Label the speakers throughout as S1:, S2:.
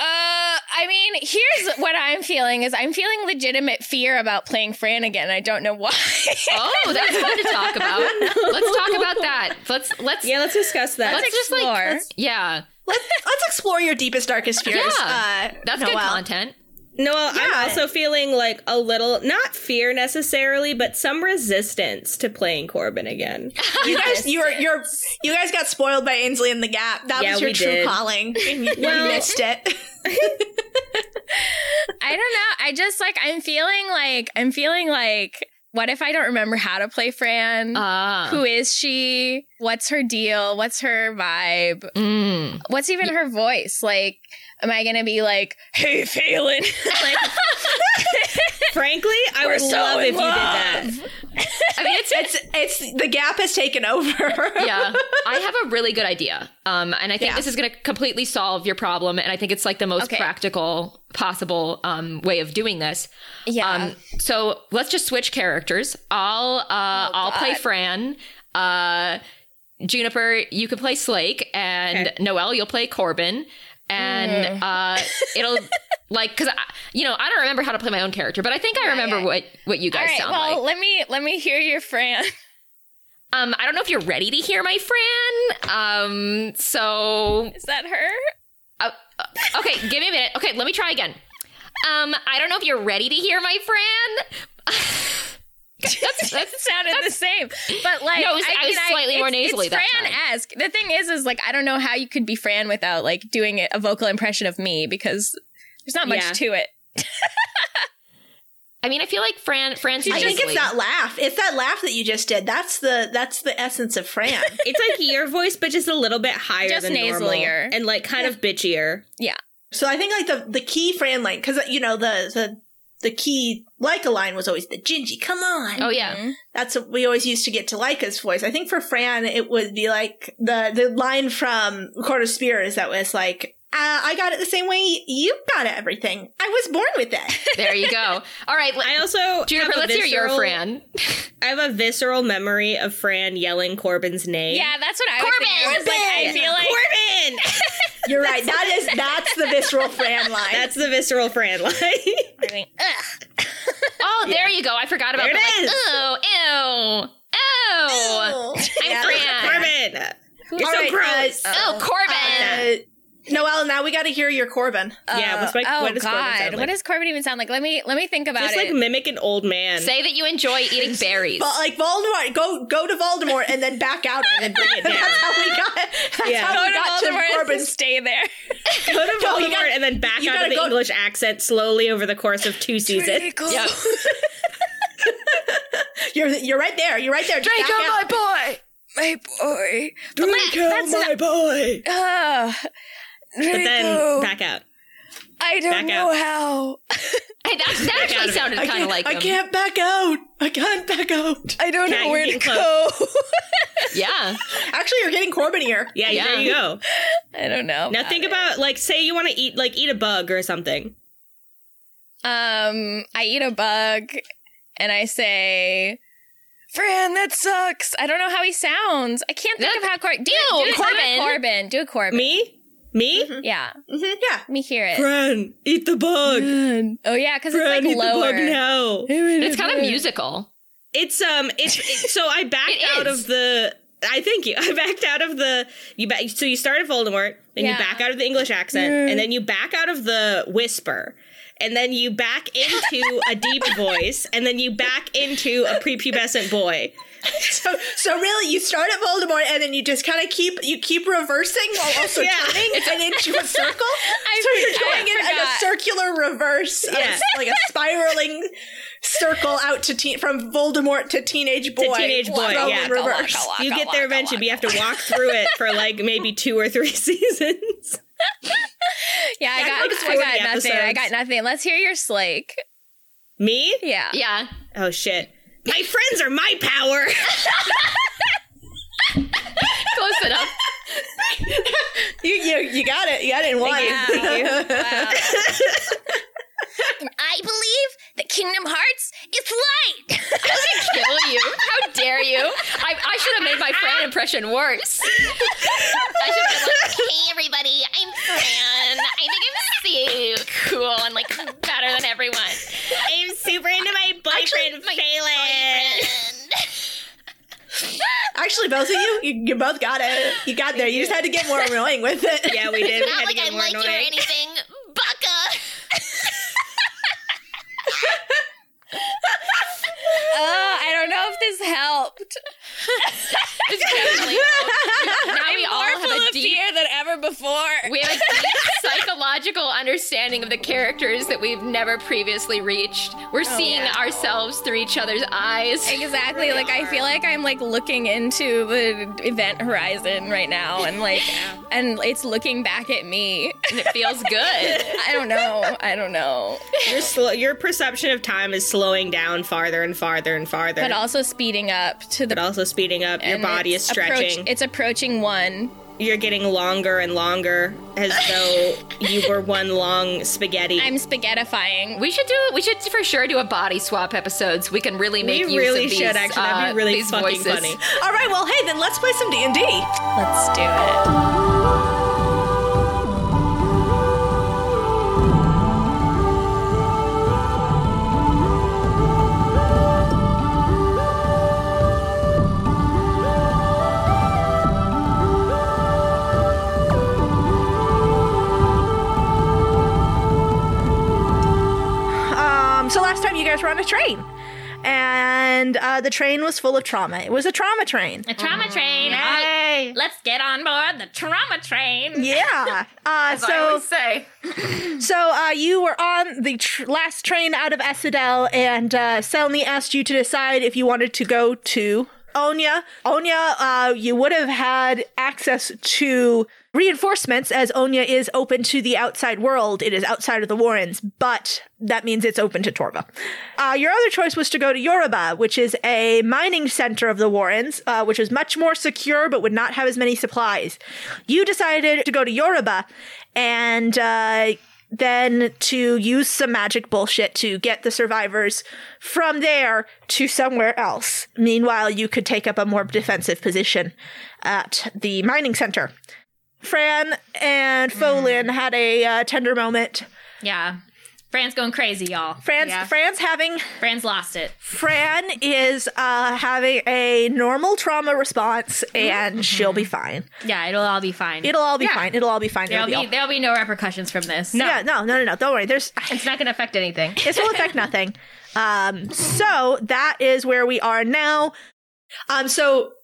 S1: Uh, I mean, here's what I'm feeling is I'm feeling legitimate fear about playing Fran again. I don't know why.
S2: Oh, that's fun to talk about. Let's talk about that. Let's let's
S3: Yeah, let's discuss that.
S2: let's just like
S1: explore.
S2: let's- yeah.
S4: Let's, let's explore your deepest, darkest fears.
S2: Yeah.
S4: uh,
S2: That's good
S4: Noelle.
S2: content.
S3: No,
S4: Yeah.
S3: I'm also feeling like a little not fear necessarily, but some resistance to playing Corbin again.
S4: You guys, you're you're you guys got spoiled by Ainsley and the Gap. That
S3: Yeah,
S4: was your
S3: we
S4: true
S3: did.
S4: calling, and you, you
S3: Well-
S4: missed it.
S1: I don't know. I just like I'm feeling like I'm feeling like what if I don't remember how to play Fran?
S2: Uh,
S1: Who is she? What's her deal? What's her vibe?
S2: mm.
S1: What's even her voice? Like, am I gonna be like, hey Phelan?
S2: Um,
S1: like,
S3: Frankly, I
S1: We're
S3: would
S1: so
S3: love
S1: in
S3: if you
S1: love.
S3: did that.
S2: I mean, it's
S4: It's it's the Gap has taken over.
S2: yeah. I have a really good idea. Um, and I think this is going to completely solve your problem. And I think it's like the most
S1: Okay.
S2: practical possible um, way of doing this.
S1: yeah. Oh,
S2: Um, so let's just switch characters. I'll uh, I'll play Fran. Uh, Juniper, you can play Slake, and Noel, you'll play Corbin,
S1: Mm.
S2: and uh, it'll like because you know I don't remember how to play my own character, but I think I remember
S1: yeah.
S2: what what you
S1: All
S2: guys
S1: right.
S2: sound
S1: Well,
S2: like.
S1: let me let me hear your Fran.
S2: Um, I don't know if you're ready to hear my Fran. Um, so
S1: Is that her?
S2: uh, uh, okay, give me a minute. Okay, let me try again. Um, I don't know if you're ready to hear my Fran. that's, that's
S1: It sounded the same, but like
S2: No, it was- I was slightly more
S1: it's-
S2: nasally
S1: It's
S2: that time.
S1: Fran-esque. The thing is, is like I don't know how you could be Fran without like doing it, a vocal impression of me because there's not much
S3: Yeah.
S1: to it.
S2: I mean, I feel like Fran. Fran's
S4: I think
S2: Isley.
S4: it's that laugh. It's that laugh that you just did. That's the that's the essence of Fran.
S3: It's like your voice, but just a little bit higher
S1: Just
S3: than normal,
S1: nasalier.
S3: and like kind of bitchier.
S4: so I think like the the key Fran line because you know the the the key Leica line was always the Gingy. Come on.
S2: Oh yeah,
S1: Mm-hmm.
S4: That's what we always used to get to Leica's voice. I think for Fran, it would be like the the line from Court of Spears that was like, uh, "I got it the same way you got it. Everything. I was born with it."
S2: there you go. All right, let-
S3: I also
S2: Juniper,
S3: have a
S2: let's hear your
S3: visceral-
S2: Fran.
S3: I have a visceral memory of Fran yelling Corbin's name.
S1: Yeah, that's what I was thinking. I was like, I
S4: Corbin!
S1: feel like
S3: Corbin.
S4: You're right. That is that's the visceral Fran line.
S3: That's the visceral Fran line.
S2: Oh, there you go. I forgot about
S3: There
S2: that.
S3: it
S2: Like,
S3: is.
S2: ew, ew,
S4: Oh,
S2: ew. I'm Fran.
S4: Yeah.
S3: Corbin. You're
S4: All
S3: so
S4: right,
S3: gross.
S4: uh,
S2: Oh, Corbin.
S4: Uh, Noelle, now we got to hear your Corbin.
S3: yeah, what's my-
S1: oh
S3: what does Corbin
S1: God,
S3: sound like?
S1: what does Corbin even sound like? Let me let me think about
S3: Just
S1: it.
S3: like mimic an old man.
S2: Say that you enjoy eating berries.
S4: But like Voldemort, go go to Voldemort and then back out and then bring it down. that's how we got. That's
S3: Yeah.
S4: how
S1: Go
S4: we
S1: to
S4: got
S1: Voldemort
S4: to
S1: and
S4: Corbin.
S1: stay there.
S3: go to
S4: No, you
S3: Voldemort
S4: gotta-
S3: and then back
S4: you
S3: out
S4: gotta
S3: of the
S4: go-
S3: English accent slowly over the course of two seasons.
S2: yeah.
S4: You're you're right there. You're right there. Just back out.
S1: boy, my boy.
S4: Draco,
S1: that's
S4: my boy.
S1: Uh,
S3: But then back out.
S1: I
S3: back know out.
S1: how.
S2: Hey, that, that actually sounded
S4: I
S2: kind of like
S4: can't, I
S2: him.
S4: can't back out. I can't back out.
S1: I don't
S3: Yeah,
S1: know
S3: you
S1: where to
S3: get
S1: go.
S2: Yeah,
S4: Actually, you're getting Corbin here.
S3: Yeah,
S2: Yeah.
S3: there you go.
S1: I don't know.
S3: Now think about like say you want to eat like eat a bug or something.
S1: Um, I eat a bug, and I say, "Fran, that sucks." I don't know how he sounds. I can't think
S2: That-
S1: of how Cor- do, do
S2: Ew,
S1: do
S2: Corbin.
S1: Do a Corbin, do a Corbin.
S3: Me? Me?
S1: Yeah,
S4: hmm yeah.
S1: let me hear it.
S3: Fran, eat the bug.
S4: Mm.
S1: Oh yeah, because it's
S3: Fran,
S1: like
S3: eat
S1: lower.
S3: the bug now.
S2: it's kind of musical.
S3: It's um it's it, so I backed
S2: It
S3: out
S2: is.
S3: of the I think you I backed out of the you back so you start at Voldemort, then you
S1: Yeah.
S3: back out of the English accent, and then you back out of the whisper. And then you back into a deep voice, and then you back into a prepubescent boy.
S4: So so really, you start at Voldemort and then you just kind of keep you keep reversing while also
S3: Yeah.
S4: turning and into a circle.
S1: I,
S4: So you're
S1: I
S4: going in at a
S1: forgot.
S4: circular reverse, of
S3: Yeah.
S4: like a spiraling circle out to teen from Voldemort to teenage boy,
S3: teenage boy,
S4: throw
S3: yeah.
S4: in reverse.
S1: Waka, waka,
S3: You get
S1: waka,
S3: there eventually, but
S1: waka.
S3: you have to walk through it for like maybe two or three seasons.
S1: Yeah, I
S3: Yeah,
S1: got,
S3: it's
S1: I
S3: like
S1: got
S3: 40
S1: nothing. I got
S3: episodes.
S1: nothing. Let's hear your slake.
S3: Me?
S1: Yeah.
S2: Yeah,
S3: Oh shit. My friends are my power.
S2: close enough.
S4: You, you you got it. You got it in one.
S1: I believe that Kingdom Hearts is light.
S2: Kill you! How dare you? I, I should have made my Fran impression worse.
S5: I should be like, hey everybody, I'm Fran. I think I'm sick.
S2: cool and like better than everyone.
S6: I'm super into my boyfriend,
S2: my
S6: Phelan.
S4: Actually, both of you, you, you both got it. You got there. You just had to get more annoying with it.
S6: Yeah, we did. We
S7: Not
S6: had to
S7: like
S6: get
S7: I
S6: more
S7: like you or
S6: annoying.
S7: anything. Bucka.
S1: Uh, I don't know if this helped.
S2: It's definitely now we all
S1: More full
S2: have a
S1: of
S2: deep
S1: fear than ever before.
S2: we have a deep psychological understanding of the characters that we've never previously reached.
S7: Oh,
S2: We're seeing ourselves through each other's eyes.
S1: Exactly. Like I feel like I'm like looking into the event horizon right now, and like, and it's looking back at me.
S2: And it feels good.
S1: I don't know. I don't know.
S6: Your, sl- your perception of time is slowing down farther and farther and farther,
S1: But also speeding up to the.
S6: but also speeding up. Your
S1: and
S6: body is
S1: it's approach-
S6: stretching.
S1: it's approaching one.
S6: You're getting longer and longer, as though you were one long spaghetti.
S1: I'm spaghettifying.
S2: We should do we should for sure do a body swap episode so we can really make
S6: we
S2: use
S6: really
S2: of these,
S6: should actually.
S2: uh,
S6: That'd be really
S2: these
S6: fucking
S2: voices.
S6: funny.
S4: All right, well, hey, then let's play some D and D.
S1: Let's do it.
S4: Um, so last time you guys were on a train, and uh, the train was full of trauma. It was a trauma train.
S7: The trauma train. Hey. Let's get on board the trauma train.
S4: Yeah. Uh, so
S2: say.
S4: so uh, you were on the tr- last train out of Essadel, and uh, Selmy asked you to decide if you wanted to go to Onya. Onya, uh, you would have had access to reinforcements as Onya is open to the outside world. It is outside of the Warrens, but that means it's open to Torva. Uh, your other choice was to go to Yoruba, which is a mining center of the Warrens, uh, which is much more secure but would not have as many supplies. You decided to go to Yoruba and uh, then to use some magic bullshit to get the survivors from there to somewhere else. Meanwhile, you could take up a more defensive position at the mining center. Fran and Folin had a uh, tender moment.
S7: Yeah. Fran's going crazy, y'all.
S4: Fran's,
S7: Yeah.
S4: Fran's having
S7: Fran's lost it.
S4: Fran is uh, having a normal trauma response, and
S7: Mm-hmm.
S4: she'll be fine.
S7: Yeah, it'll all be fine.
S4: It'll all be fine. It'll all be fine.
S7: there'll
S4: It'll
S7: be
S4: all-
S7: there'll be no repercussions from this. No,
S4: Yeah, no, no, no, no. Don't worry. There's
S7: it's not going to affect anything.
S4: this will affect nothing. Um, so that is where we are now. Um, so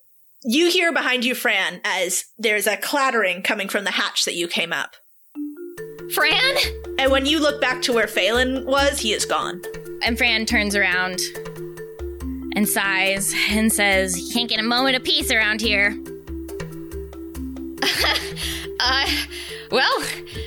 S4: you hear behind you, Fran, as there's a clattering coming from the hatch that you came up.
S2: Fran?
S4: And when you look back to where Phelan was, he is gone.
S1: And Fran turns around and sighs and says,
S7: Can't get a moment of peace around here.
S2: Uh well,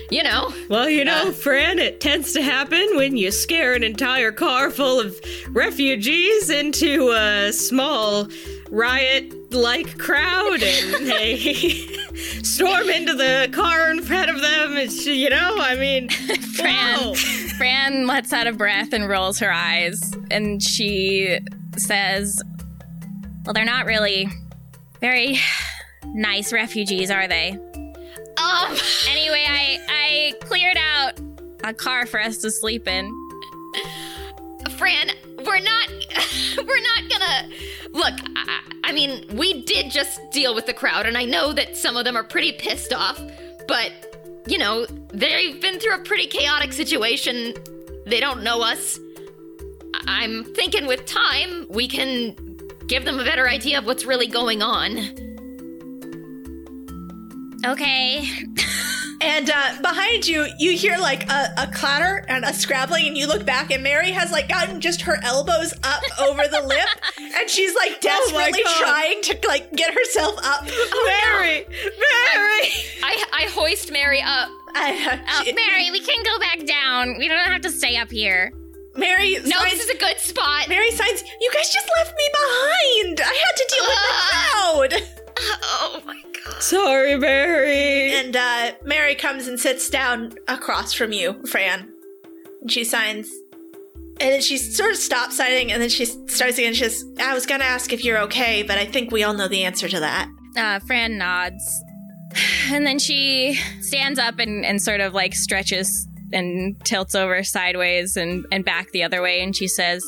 S2: you know.
S6: Well, you know, Fran, it tends to happen when you scare an entire car full of refugees into a small riot like crowd and they storm into the car in front of them. It's, you know, I mean,
S1: Fran.
S6: whoa.
S1: Fran lets out a breath and rolls her eyes, and she says, Well, they're not really very nice refugees, are they?
S2: Um
S1: Anyway, I, I cleared out a car for us to sleep in.
S2: Fran, we're not, we're not gonna. Look, I, I mean, we did just deal with the crowd, and I know that some of them are pretty pissed off, but, you know, they've been through a pretty chaotic situation. They don't know us. I- I'm thinking with time, we can give them a better idea of what's really going on.
S7: Okay.
S4: And uh, behind you, you hear like a, a clatter and a scrabbling, and you look back, and Mary has like gotten just her elbows up over the lip, and she's like desperately
S6: God.
S4: trying to like get herself up.
S3: Oh,
S6: Mary, Mary.
S2: I, I hoist Mary up.
S1: Oh,
S4: Uh, she-
S7: Mary, we can go back down. We don't have to stay up here.
S4: Mary,
S2: No,
S4: signs,
S2: this is a good spot.
S4: Mary signs, you guys just left me behind. I had to deal with the crowd.
S2: Oh my god.
S6: Sorry, Mary.
S4: And uh, Mary comes and sits down across from you, Fran. And she signs. And then she sort of stops signing and then she starts again. She says, I was going to ask if you're okay, but I think we all know the answer to that.
S1: Uh, Fran nods. And then she stands up and, and sort of like stretches and tilts over sideways and, and back the other way. And she says,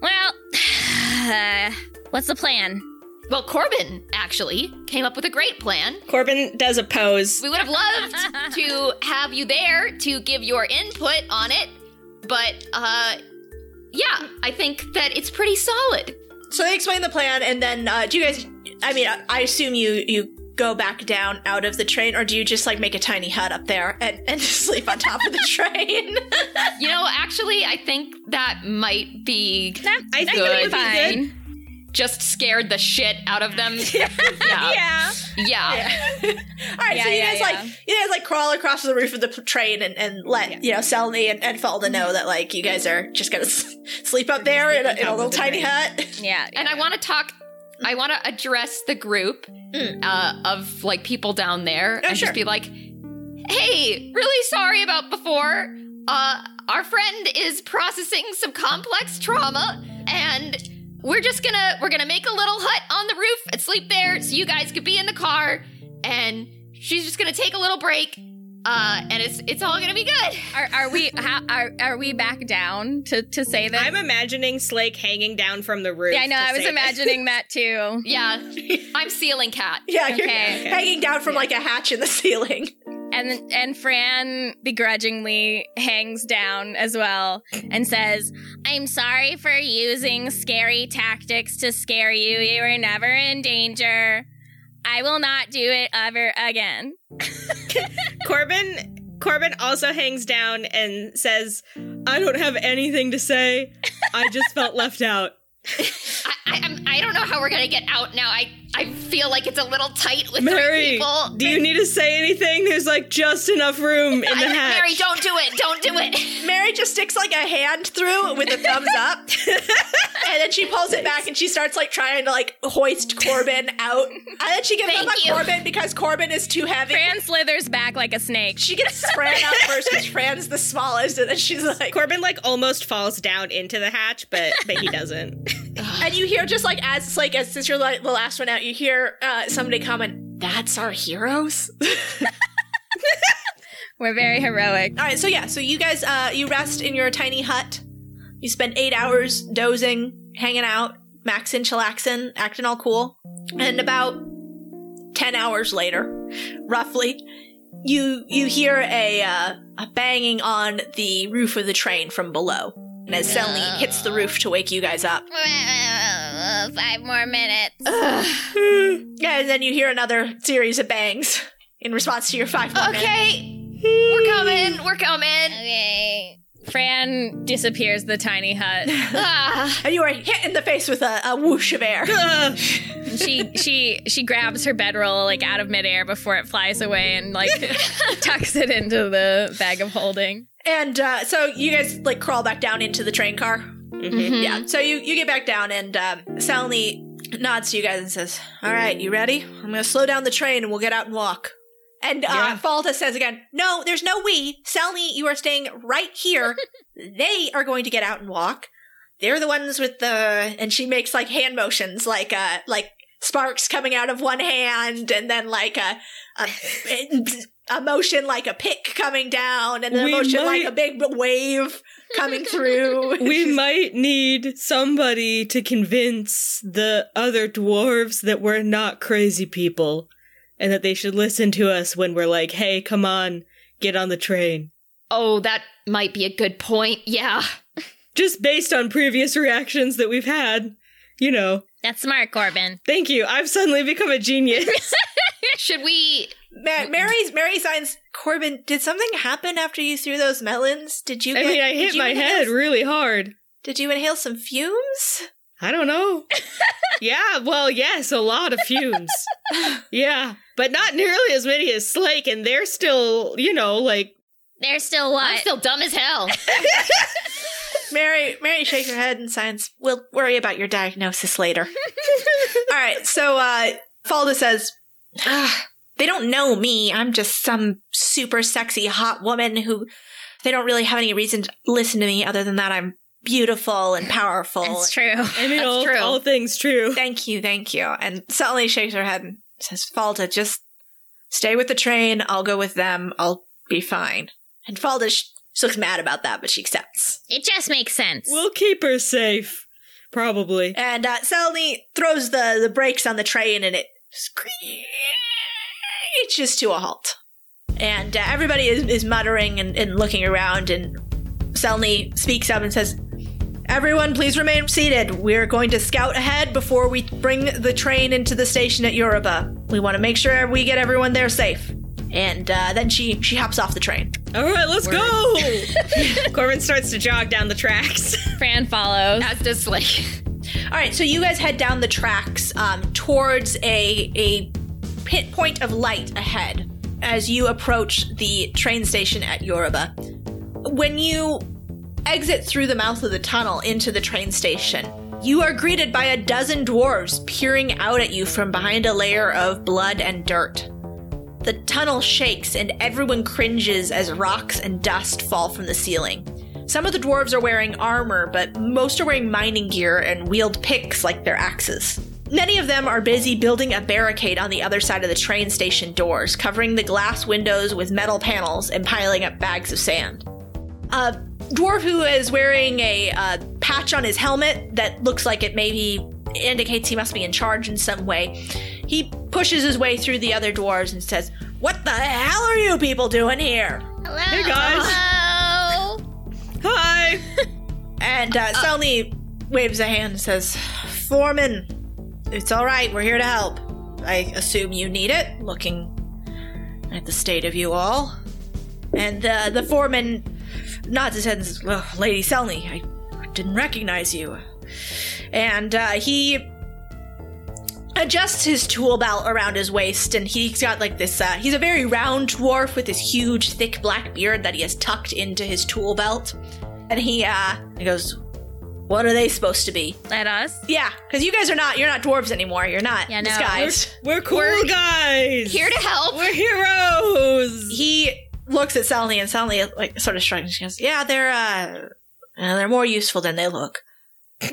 S1: Well, uh, what's the plan?
S2: Well, Corbin actually came up with a great plan.
S3: Corbin does a pose.
S2: We would have loved to have you there to give your input on it, but uh yeah, I think that it's pretty solid.
S4: So they explain the plan, and then uh, do you guys? I mean, I- I assume you you go back down out of the train, or do you just like make a tiny hut up there and and just sleep on top of the train?
S2: You know, actually, I think that might be
S3: I think it would
S2: good.
S3: be good.
S2: Just scared the shit out of them. yeah. Yeah.
S1: Yeah.
S4: All right, so you
S1: yeah,
S4: guys
S1: yeah.
S4: like you guys like crawl across the roof of the p- train and, and let you know Selene and, and Felda know that like you guys are just gonna s- sleep up there in a, in a little tiny hut.
S1: Yeah.
S2: And I want to talk I want to address the group uh, of like people down there and
S4: sure.
S2: just be like, "Hey, really sorry about before. Uh our friend is processing some complex trauma and we're just going to we're going to make a little hut on the roof and sleep there so you guys could be in the car and she's just going to take a little break uh and it's it's all going to be good."
S1: Are, are we how, are, are we back down to, to say this?
S3: I'm imagining Slake hanging down from the roof.
S1: yeah, I know.
S3: to
S1: I was
S3: say this.
S1: imagining that too.
S2: Yeah. I'm sealing cat.
S4: Yeah, you're
S1: Okay.
S4: hanging down from like a hatch in the ceiling.
S1: And and Fran begrudgingly hangs down as well and says, "I'm sorry for using scary tactics to scare you. You were never in danger. I will not do it ever again."
S3: Corbin Corbin also hangs down and says, "I don't have anything to say. I just felt left out."
S2: I, I, I'm, I don't know how we're gonna get out now. I, I feel like it's a little tight with three
S3: Mary,
S2: people.
S3: do you need to say anything? There's like just enough room in
S2: I,
S3: the hatch.
S2: Mary, don't do it! Don't do it!
S4: Mary just sticks like a hand through with a thumbs up, and then she pulls it back and she starts like trying to like hoist Corbin out. And then she gives up
S2: Thank
S4: on
S2: you.
S4: Corbin because Corbin is too heavy.
S1: Fran slithers back like a snake.
S4: she gets Fran out first because Fran's the smallest, and then she's like,
S3: Corbin like almost falls down into the hatch, but but he doesn't.
S4: and you hear just like as like as since you're like, the last one out, you hear uh, somebody comment, "That's our heroes."
S1: We're very heroic.
S4: All right, so yeah, so you guys, uh, you rest in your tiny hut. You spend eight hours dozing, hanging out, maxing, chillaxing, acting all cool. And about ten hours later, roughly, you you hear a uh, a banging on the roof of the train from below. And as Selene hits the roof to wake you guys up,
S1: Five more minutes.
S4: yeah, and then you hear another series of bangs in response to your five. more minutes.
S2: Okay, we're coming. We're coming.
S1: Okay. Fran disappears the tiny hut.
S2: Ah,
S4: and you are hit in the face with a, a whoosh of air.
S3: Ugh.
S1: she she she grabs her bedroll like out of midair before it flies away and like tucks it into the bag of holding.
S4: And uh, so you guys like crawl back down into the train car.
S3: Mm-hmm.
S2: Mm-hmm.
S1: Mm-hmm.
S4: Yeah. So you you get back down, and um, Salny nods to you guys and says, "All right, you ready? I'm gonna slow down the train, and we'll get out and walk." And uh,
S3: Yeah.
S4: Falta says again, "No, there's no we. Salny, you are staying right here. they are going to get out and walk. They're the ones with the." And she makes like hand motions, like uh, like sparks coming out of one hand, and then like a a, a motion like a pick coming down, and then
S3: We
S4: a motion like
S3: might-
S4: a big wave coming through.
S3: We might need somebody to convince the other dwarves that we're not crazy people and that they should listen to us when we're like, hey, come on, get on the train.
S2: oh, that might be a good point. Yeah.
S3: Just based on previous reactions that we've had, you know.
S1: That's smart, Corbin.
S3: Thank you. I've suddenly become a genius.
S2: Should we?
S4: Ma- Mary's Mary signs Corbin. Did something happen after you threw those melons? Did you?
S3: I
S4: get-
S3: mean, I
S4: did
S3: hit
S4: you
S3: my
S4: inhale-
S3: head really hard.
S4: Did you inhale some fumes?
S3: I don't know. yeah, well, yes, a lot of fumes. yeah, but not nearly as many as Slake, and they're still, you know, like
S1: There's still
S2: I'm
S1: what?
S2: still dumb as hell.
S4: Mary Mary shakes her head and signs. We'll worry about your diagnosis later. All right. So uh, Falda says, "Ah, they don't know me. I'm just some super sexy hot woman who they don't really have any reason to listen to me other than that I'm beautiful and powerful.
S1: That's true.
S3: I mean, all,
S2: true.
S3: all things true.
S4: Thank you, thank you. And suddenly shakes her head and says, Falda, just stay with the train. I'll go with them. I'll be fine. And Falda sh- She looks mad about that, but she accepts.
S1: It just makes sense.
S3: We'll keep her safe. Probably.
S4: And uh, Selene throws the, the brakes on the train and it screeches to a halt. And uh, everybody is, is muttering and, and looking around, and Selene speaks up and says, Everyone, please remain seated. We're going to scout ahead before we bring the train into the station at Yoruba. We want to make sure we get everyone there safe. And uh, then she she hops off the train.
S3: All right, let's go.
S6: Corbin starts to jog down the tracks.
S1: Fran follows.
S2: As does like
S4: All right, so you guys head down the tracks um, towards a a pit point of light ahead as you approach the train station at Yoruba. When you exit through the mouth of the tunnel into the train station, you are greeted by a dozen dwarves peering out at you from behind a layer of blood and dirt. The tunnel shakes and everyone cringes as rocks and dust fall from the ceiling. Some of the dwarves are wearing armor, but most are wearing mining gear and wield picks like their axes. Many of them are busy building a barricade on the other side of the train station doors, covering the glass windows with metal panels and piling up bags of sand. A dwarf who is wearing a uh, patch on his helmet that looks like it maybe indicates he must be in charge in some way. He pushes his way through the other dwarves and says, What the hell are you people doing here?
S1: Hello.
S3: Hey, guys.
S1: Hello.
S3: Hi.
S4: And uh, Selene waves a hand and says, Foreman, it's all right. We're here to help. I assume you need it, looking at the state of you all. And uh, the foreman nods his head and says, well, Lady Selene, I didn't recognize you. And uh, he adjusts his tool belt around his waist and he's got like this uh, he's a very round dwarf with this huge thick black beard that he has tucked into his tool belt and he uh he goes what are they supposed to be
S1: Let us.
S4: yeah because you guys are not you're not dwarves anymore you're not
S1: Yeah, no.
S4: disguised
S3: We're cool guys.
S2: here to help.
S3: We're heroes.
S4: he looks at Sally and Sally like sort of shrugs she goes yeah they're uh uh, they're more useful than they look
S1: Yeah.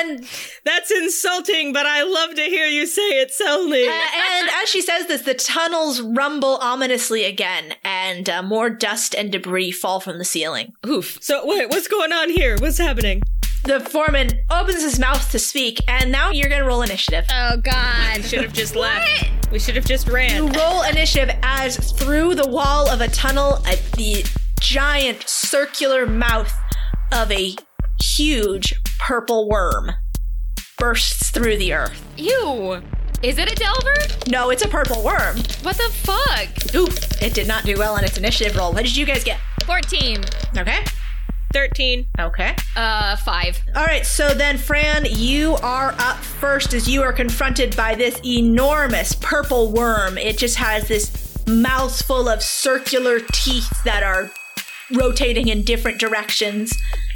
S4: and
S3: That's insulting, but I love to hear you say it, Selene.
S4: Uh, and as she says this, the tunnels rumble ominously again, and uh, more dust and debris fall from the ceiling.
S2: Oof.
S3: so wait, what's going on here? What's happening?
S4: The foreman opens his mouth to speak, and now you're gonna roll initiative.
S1: oh
S6: We
S1: God.
S6: should have just left. We should have just ran.
S4: You roll initiative as through the wall of a tunnel, at the giant circular mouth of a huge purple worm bursts through the earth.
S2: Ew. Is it a delver?
S4: No, it's a purple worm.
S2: What the fuck?
S4: Ooh, it did not do well on its initiative roll. What did you guys get?
S1: Fourteen.
S4: Okay.
S6: 13.
S4: Okay.
S2: Uh, five.
S4: All right, so then, Fran, you are up first as you are confronted by this enormous purple worm. It just has this mouth full of circular teeth that are rotating in different directions.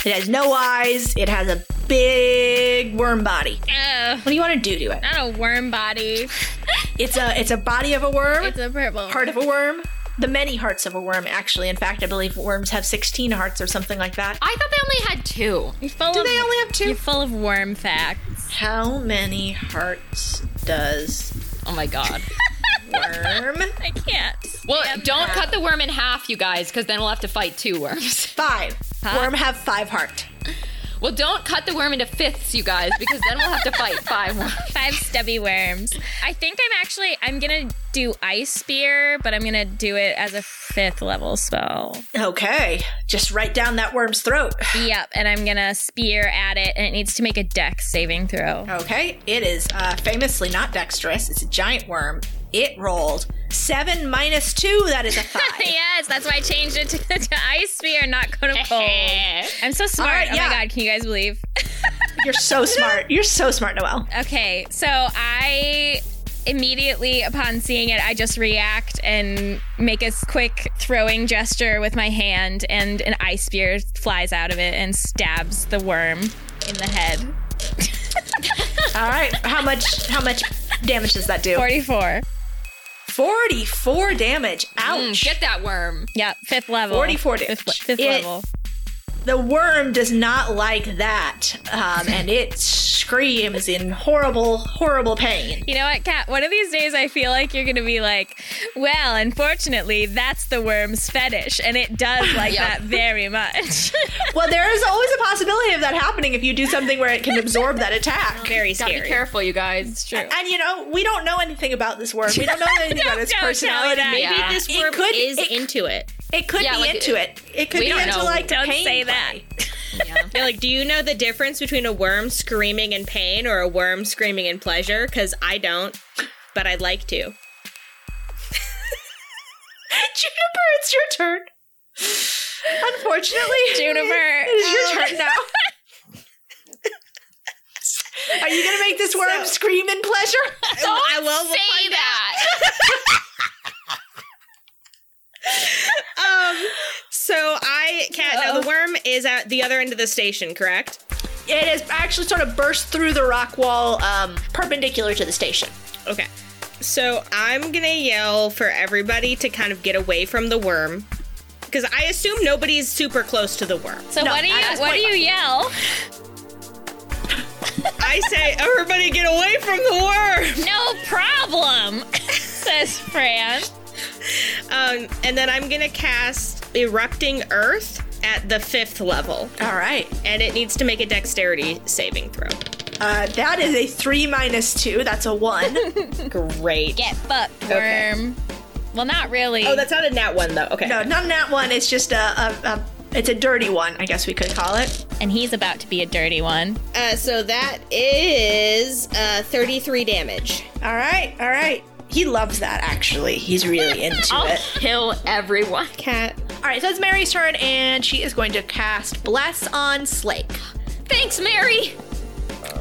S4: It has no eyes, it has a big worm body.
S1: Ugh.
S4: What do you want to do to it?
S1: Not a worm body.
S4: It's a it's a body of a worm,
S1: It's a purple.
S4: heart of a worm, the many hearts of a worm actually. In fact, I believe worms have 16 hearts or something like that.
S2: I thought they only had two.
S1: You're full
S4: Do
S1: of,
S4: they only have two?
S1: You're full of worm facts.
S4: How many hearts does
S2: Oh my god.
S4: worm.
S1: I can't.
S2: Well, don't cut the worm in half, you guys, because then we'll have to fight two worms.
S4: Five. Worm have five heart.
S2: Well, don't cut the worm into fifths, you guys, because then we'll have to fight five worms.
S1: Five stubby worms. I think I'm actually I'm gonna do ice spear, but I'm gonna do it as a fifth level spell.
S4: Okay. Just write down that worm's throat.
S1: Yep, and I'm gonna spear at it, and it needs to make a dex saving throw.
S4: Okay. It is uh, famously not dexterous. It's a giant worm. It rolled seven minus two. That is a five.
S1: yes, that's why I changed it to, to ice spear, not go to cold. I'm so smart.
S4: right,
S1: oh
S4: yeah.
S1: my god, can you guys believe?
S4: You're so smart. You're so smart, Noelle.
S1: Okay, so I immediately upon seeing it, I just react and make a s- quick throwing gesture with my hand, and an ice spear flies out of it and stabs the worm in the head.
S4: All right. How much? How much damage does that do?
S1: 44.
S4: Forty-four damage. Ouch.
S2: Mm, get that worm.
S1: Yep, fifth level.
S4: 44
S1: Fifth,
S4: damage.
S1: fifth
S4: It-
S1: level.
S4: The worm does not like that, um, and it screams in horrible, horrible pain.
S1: You know what, Kat? One of these days, I feel like you're going to be like, well, unfortunately, that's the worm's fetish, and it does like that very much.
S4: Well, there is always a possibility of that happening if you do something where it can absorb that attack.
S3: Very
S2: Gotta be
S3: scary.
S2: careful, you guys. It's true.
S4: And you know, we don't know anything about this worm. We don't know anything about its
S1: Don't tell me
S4: personality.
S1: that.
S2: Maybe Yeah.
S3: This
S4: It
S3: worm
S4: could-
S3: is
S4: it-
S3: into it.
S4: It could
S2: Yeah,
S4: be
S2: like,
S4: into it. It could
S2: we
S4: be
S2: don't
S4: into
S2: know.
S4: like
S1: Don't
S4: pain
S1: say
S4: play.
S1: that.
S3: They're like, do you know the difference between a worm screaming in pain or a worm screaming in pleasure? Because I don't, but I'd like to.
S4: Juniper, it's your turn. Unfortunately,
S1: Juniper.
S4: it is your turn now. Are you gonna make this worm scream in pleasure?
S3: I will.
S2: Say that.
S3: Um, so I can't. Now the worm is at the other end of the station, correct?
S4: It has actually sort of burst through the rock wall, um, perpendicular to the station.
S3: Okay. So I'm gonna yell for everybody to kind of get away from the worm, because I assume nobody's super close to the worm.
S1: So
S4: No,
S1: what do you
S4: at this
S1: what do
S4: point-
S1: you yell?
S3: I say, everybody get away from the worm.
S1: No problem, says Fran.
S3: Um, and then I'm gonna cast erupting earth at the fifth level.
S4: All right,
S3: and it needs to make a dexterity saving throw.
S4: uh, that is a three minus two. That's a one.
S3: Great.
S1: Get fucked, worm.
S3: Okay.
S1: Well, not really.
S3: Oh, that's not a nat one though. Okay.
S4: no, not that one. It's just a, a, a it's a dirty one. I guess we could call it.
S1: and he's about to be a dirty one.
S3: Uh, so that is uh, 33 damage.
S4: All right, all right. He loves that. Actually, he's really into
S2: I'll
S4: it.
S2: kill everyone.
S3: Cat.
S4: All right, so it's Mary's turn, and she is going to cast Bless on Slake.
S2: Thanks, Mary.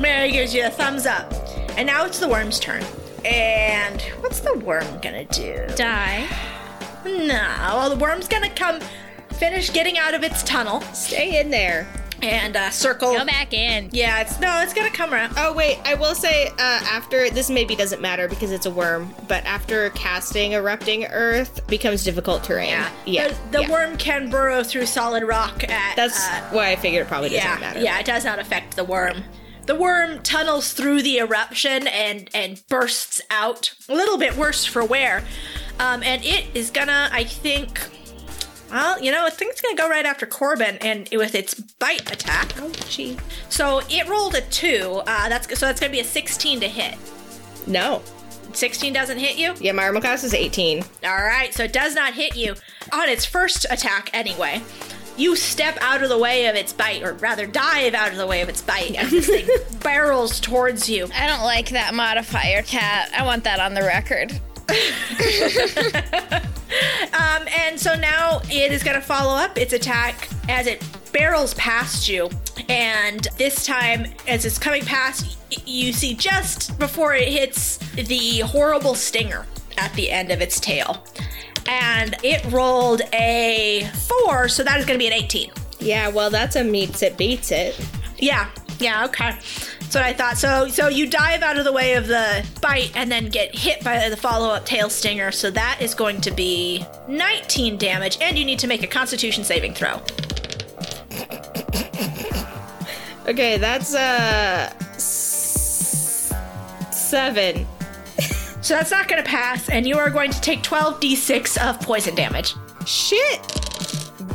S4: Mary gives you a thumbs up, and now it's the worm's turn. And what's the worm gonna do?
S1: Die.
S4: No, well, the worm's gonna come, finish getting out of its tunnel,
S3: Stay in there.
S4: and uh, circle.
S1: Go back in.
S4: Yeah, it's no, it's gonna come around.
S3: Oh wait, I will say uh, after this maybe doesn't matter because it's a worm, but after casting erupting earth becomes difficult terrain. Uh, yeah.
S4: The, the
S3: yeah.
S4: worm can burrow through solid rock at.
S3: That's
S4: uh,
S3: why I figured it probably doesn't
S4: yeah,
S3: matter.
S4: yeah. It does not affect the worm. The worm tunnels through the eruption and and bursts out. A little bit worse for wear, um, and it is gonna. I think. Well, you know, I think it's gonna go right after Corbin, and with its bite attack. Oh, gee. So it rolled a two. Uh, that's so that's gonna be a sixteen to hit.
S3: No.
S4: Sixteen doesn't hit you.
S3: Yeah, my armor class is 18.
S4: All right, so it does not hit you on its first attack anyway. You step out of the way of its bite, or rather, dive out of the way of its bite as this thing barrels towards you.
S1: I don't like that modifier, Cat. I want that on the record.
S4: Um, and so now it is going to follow up its attack as it barrels past you. And this time, as it's coming past, y- you see just before it hits the horrible stinger at the end of its tail. And it rolled a four, so that is going to be an 18.
S3: Yeah, well that's a meets it beats it.
S4: Yeah. Yeah. Okay. That's what I thought. So, so you dive out of the way of the bite and then get hit by the follow-up tail stinger. So that is going to be 19 damage, and you need to make a Constitution saving throw.
S3: Okay, that's uh s- seven.
S4: So that's not going to pass, and you are going to take 12d6 of poison damage.
S3: Shit.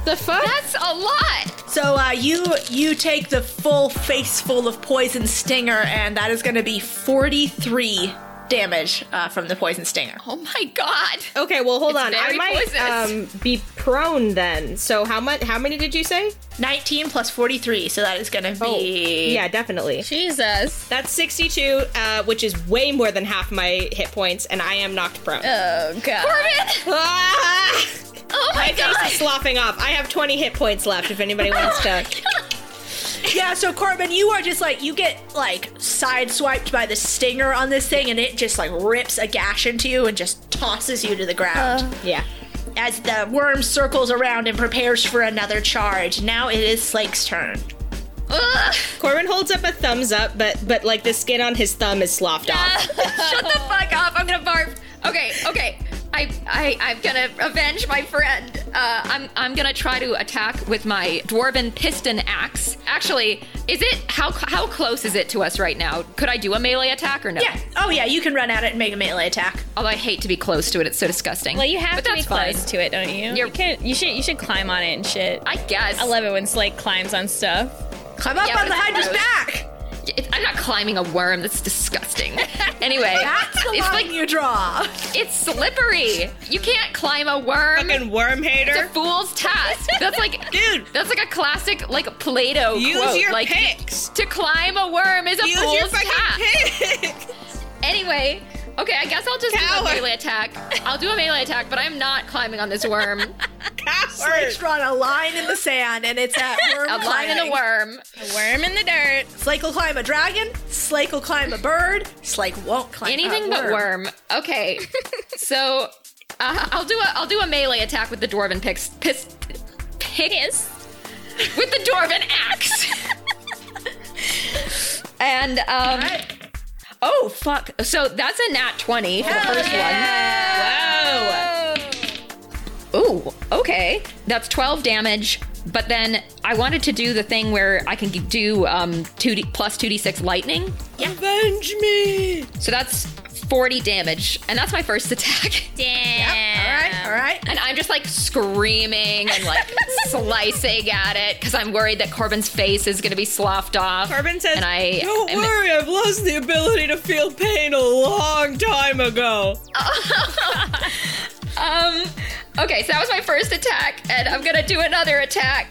S3: The fuck?
S2: That's a lot.
S4: So uh, you you take the full face full of poison stinger, and that is going to be 43 damage uh, from the poison stinger.
S2: Oh my god.
S3: okay, well hold
S2: It's
S3: on. I
S2: very
S3: might um,
S2: poisonous.
S3: be prone then. So how much? How many did you say?
S4: 19 plus 43, so that is going to be
S3: yeah, definitely.
S1: Jesus.
S3: That's sixty-two, uh, which is way more than half my hit points, and I am knocked prone.
S1: Oh god.
S2: Corbin.
S3: Ah!
S2: Oh my
S3: My face is
S2: god.
S3: sloughing off. I have twenty hit points left. If anybody wants to,
S4: Yeah, so Corbin, you are just like you get like sideswiped by the stinger on this thing, and it just like rips a gash into you and just tosses you to the ground.
S2: Uh.
S3: yeah.
S4: As the worm circles around and prepares for another charge, now it is Slake's turn.
S2: Ugh.
S3: Corbin holds up a thumbs up, but but like the skin on his thumb is sloughed off.
S2: Shut the fuck up. I'm gonna barf. Okay. Okay. I, I, I'm gonna avenge my friend. Uh, I'm, I'm gonna try to attack with my dwarven piston axe. Actually, is it how, how close is it to us right now? Could I do a melee attack or no?
S4: Yeah. Oh, yeah. You can run at it and make a melee attack.
S2: Although I hate to be close to it, it's so disgusting.
S1: Well, you have
S2: But
S1: to be
S2: that's
S1: close
S2: Fine.
S1: to it, don't you?
S2: You're-
S1: You can't. You should. You should climb on it and shit.
S2: I guess.
S1: I love it when Slake climbs on stuff.
S4: Climb up
S2: Yeah, but
S4: on the
S2: it's
S4: hydra's
S2: gross.
S4: back.
S2: It- I'm not climbing a worm. That's disgusting. anyway,
S4: That's the
S2: it's
S4: line
S2: like
S4: you draw.
S2: it's slippery. You can't climb a worm.
S3: Fucking worm
S2: It's a
S3: hater.
S2: fool's task. That's like
S3: Dude.
S2: That's like a classic like Play-Doh
S3: Use
S2: quote.
S3: your
S2: like
S3: picks.
S2: to climb a worm is a
S3: Use your
S2: fool's
S3: fucking
S2: task.
S3: pick.
S2: Anyway, okay, I guess I'll just do
S3: Coward.
S2: a melee attack. I'll do a melee attack, but I'm not climbing on this worm.
S3: Coward.
S4: Slake's drawn a line in the sand, and it's at worm
S2: a line
S4: climbing.
S2: and a worm.
S1: A worm in the dirt.
S4: Slake will climb a dragon. Slake will climb a bird. Slake won't climb
S2: Anything
S4: a
S2: but worm. Okay, so uh, I'll do a I'll do a melee attack with the dwarven picks piss pickis with the dwarven axe. and um. Oh fuck! So that's a nat twenty for the first one. Wow. Ooh, okay. That's 12 damage. But then I wanted to do the thing where I can do um, 2D, plus 2d6 lightning.
S3: Avenge me.
S2: So that's 40 damage. And that's my first attack.
S4: All
S1: Damn.
S4: right, all right.
S2: And I'm just like screaming and like slicing at it because I'm worried that Corbin's face is going to be sloughed off.
S3: Corbin says,
S2: and I
S3: Don't
S2: am-
S3: worry, I've lost the ability to feel pain a long time ago.
S2: Um, okay, so that was my first attack. And I'm going to do another attack.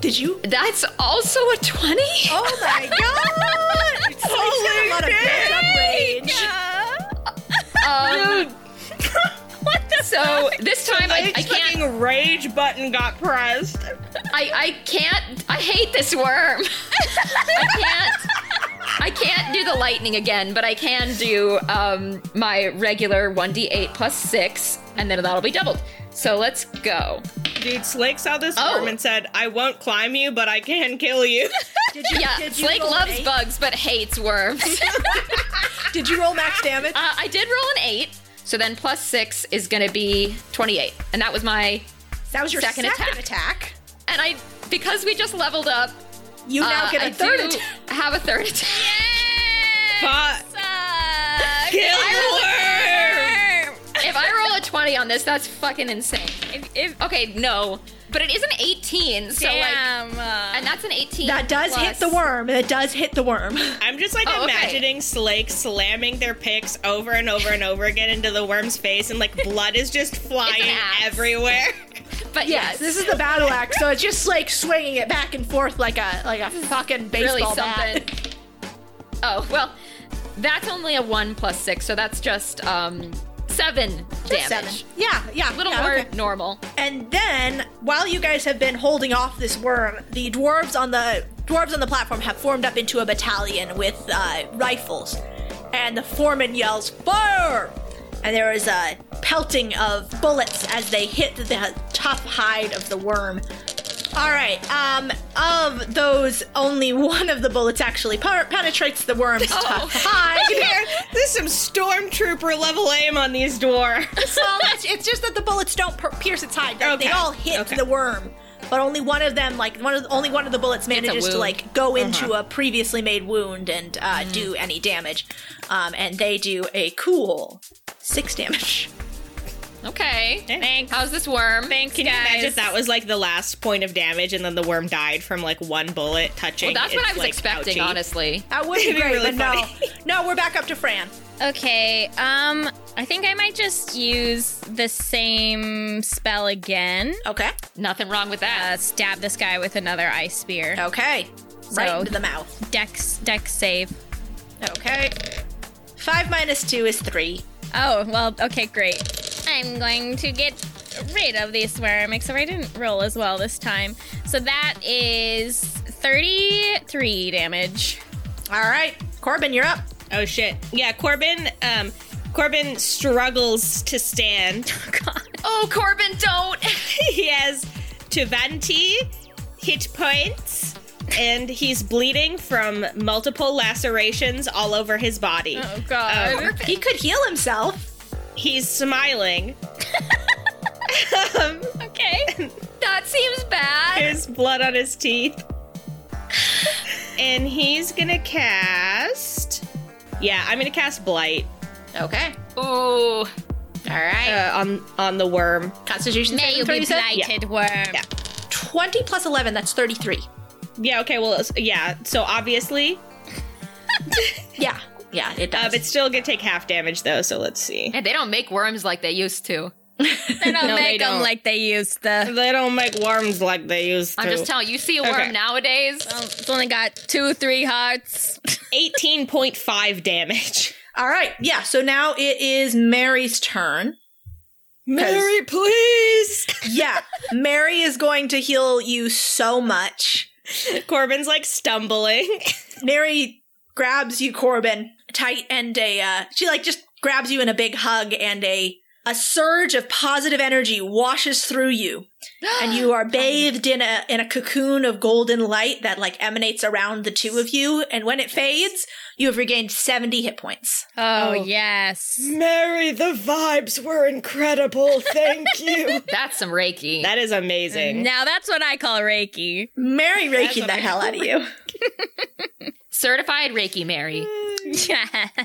S4: Did you?
S2: That's also a 20.
S4: Oh my god! Slake's got a lot of pent-up rage.
S2: Um, what the So this time I, I can't
S3: fucking rage button got pressed.
S2: I, I can't I hate this worm. I can't I can't do the lightning again, but I can do um my regular 1d8 plus 6 and then that'll be doubled. So let's go.
S3: Dude, Slake saw this
S2: Oh.
S3: worm and said, I won't climb you, but I can kill you.
S4: Did you,
S2: Yeah,
S4: did you
S2: Slake
S4: roll an
S2: loves
S4: eight?
S2: bugs but hates worms. uh,
S4: Did you roll max damage?
S2: I did roll an 8, so then plus 6 is going to be 28. And that was my
S4: that was your
S2: second attack.
S4: second, attack.
S2: and I because we just leveled up
S4: You now
S2: uh,
S4: get a
S2: I
S4: third
S2: do
S4: attack.
S2: Have a third attack.
S3: But
S2: Suck.
S3: kill the worm!
S2: if I roll a 20 on this, that's fucking insane.
S1: If, if,
S2: Okay, no. But it is an 18, so like.
S1: damn. uh,
S2: And that's an 18.
S4: That does hit
S2: plus-
S4: the worm. That does hit the worm.
S3: I'm just like
S2: Oh, okay.
S3: imagining Slake slamming their picks over and over and over again into the worm's face, and like blood is just flying
S2: axe.
S3: everywhere.
S2: But yes.
S4: This is the battle axe, so it's just like swinging it back and forth like a like a fucking baseball
S2: really
S4: bat.
S2: something. Oh, well, that's only a 1 plus 6, so that's just um 7 damage.
S4: Seven. Yeah, yeah.
S2: A little
S4: yeah,
S2: more
S4: okay.
S2: normal.
S4: And then, while you guys have been holding off this worm, the dwarves on the dwarves on the platform have formed up into a battalion with uh, rifles, and the foreman yells "Fire!" and there is a pelting of bullets as they hit the tough hide of the worm. All right. Um, of those, only one of the bullets actually per- penetrates the worm's tough hide.
S3: Here, This is some stormtrooper level aim on these dwarves.
S4: well, it's, it's just that the bullets don't per- pierce its hide. They, they
S3: Okay.
S4: all hit
S3: Okay.
S4: the worm, but only one of them, like one of the, only one of the bullets, manages to
S2: wound.
S4: like go into a previously made wound and uh, do any damage. Um, and they do a cool six damage.
S2: Okay.
S1: thanks.
S2: How's this worm?
S1: Thanks,
S3: Can you
S1: guys.
S3: imagine if that was like the last point of damage, and then the worm died from like one bullet touching?
S2: Well, that's what
S3: its,
S2: I was
S3: like,
S2: expecting,
S3: ouchie?
S2: honestly.
S4: That would be
S3: It'd be
S4: great,
S3: really
S4: but
S3: funny.
S4: no, no, we're back up to Fran.
S1: Okay, um, I think I might just use the same spell again.
S4: Okay,
S2: Nothing wrong with
S1: Uh,
S2: that.
S1: stab this guy with another ice spear.
S4: okay, right
S1: So-
S4: into the mouth.
S1: Dex, dex save.
S4: Okay, five minus two is three.
S1: Oh, well, okay, great. I'm going to get rid of this worm, except I didn't roll as well this time. So that is 33 damage.
S4: All right, Corbin, you're up.
S3: Oh shit! Yeah, Corbin. Um, Corbin struggles to stand.
S2: oh, Corbin, don't!
S3: he has 20 hit points and he's bleeding from multiple lacerations all over his body. Um,
S1: Oh god.
S4: He could heal himself.
S3: He's smiling. um,
S1: okay.
S2: That seems bad.
S3: his blood on his teeth. and he's gonna cast. Yeah, I'm gonna cast blight
S2: Okay. Ooh. All right.
S3: uh, on on the worm.
S4: Constitution.
S1: May you
S4: saving
S1: be
S4: throw, said?
S1: blighted, worm.
S3: Yeah.
S4: 20 plus 11, that's 33.
S3: Yeah. Okay. Well. it's- Yeah. So obviously,
S4: Yeah.
S2: yeah, it
S3: um, it's still gonna take half damage though. So let's see.
S2: and they don't make worms like they used to.
S1: They don't
S2: No, they
S1: make them
S2: don't.
S1: like they used to.
S3: They don't make worms like they used to.
S2: I'm just telling you, you see a worm
S3: Okay.
S2: nowadays.
S1: Oh, it's only got two, three hearts.
S3: Eighteen point five damage.
S4: All right. Yeah. So now it is Mary's turn. Mary,
S3: please.
S4: Yeah. Mary is going to heal you so much.
S3: Corbin's like stumbling.
S4: Mary grabs you, Corbin, tight, and a uh, she like just grabs you in a big hug, and a a surge of positive energy washes through you, and you are bathed in a in a cocoon of golden light that like emanates around the two of you. And when it fades, you have regained seventy hit points.
S1: Oh, yes.
S3: Mary, the vibes were incredible. Thank you.
S2: That's some Reiki.
S3: that is amazing.
S1: Now that's what I call Reiki.
S4: Mary raking the hell out of you.
S2: Certified Reiki Mary.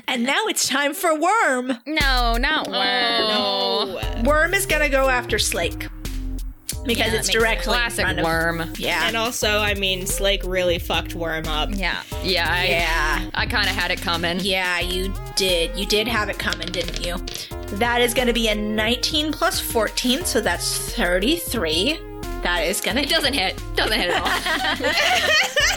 S4: And now it's time for Worm.
S1: no, not worm.
S2: Oh,
S4: Worm is gonna go after Slake because
S1: Yeah, that
S4: it's
S1: makes
S4: directly in
S2: classic
S4: front of-
S2: worm.
S4: Yeah.
S3: And also, I mean, Slake really fucked Worm up.
S1: Yeah.
S2: Yeah, I,
S4: yeah.
S2: I kind of had it coming.
S4: Yeah, you did. You did have it coming, didn't you? That is going to be a 19 plus 14, so that's 33. That is going to
S2: It doesn't hit. Doesn't hit at all.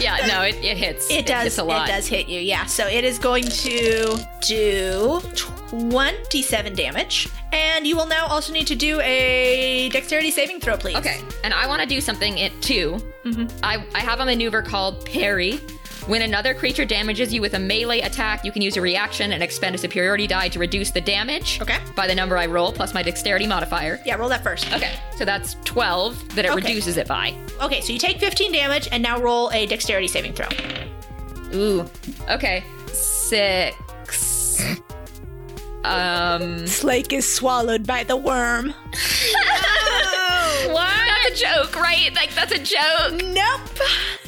S2: yeah, no, it, it hits.
S4: It does.
S2: hits a lot.
S4: It does hit you. Yeah. So it is going to do 27 damage, and you will now also need to do a dexterity saving throw, please.
S2: Okay, and I want to do something it too.
S4: Mm-hmm.
S2: I, I have a maneuver called parry. When another creature damages you with a melee attack, you can use a reaction and expend a superiority die to reduce the damage
S4: Okay.
S2: by the number I roll plus my dexterity modifier.
S4: Yeah, roll that first.
S2: Okay, so that's 12 that it
S4: Okay.
S2: reduces it by.
S4: Okay, so you take 15 damage, and now roll a dexterity saving throw.
S2: Ooh. Okay. Six. Um.
S4: Slake is swallowed by the worm.
S2: That's a joke, right? Like, that's a joke.
S4: Nope.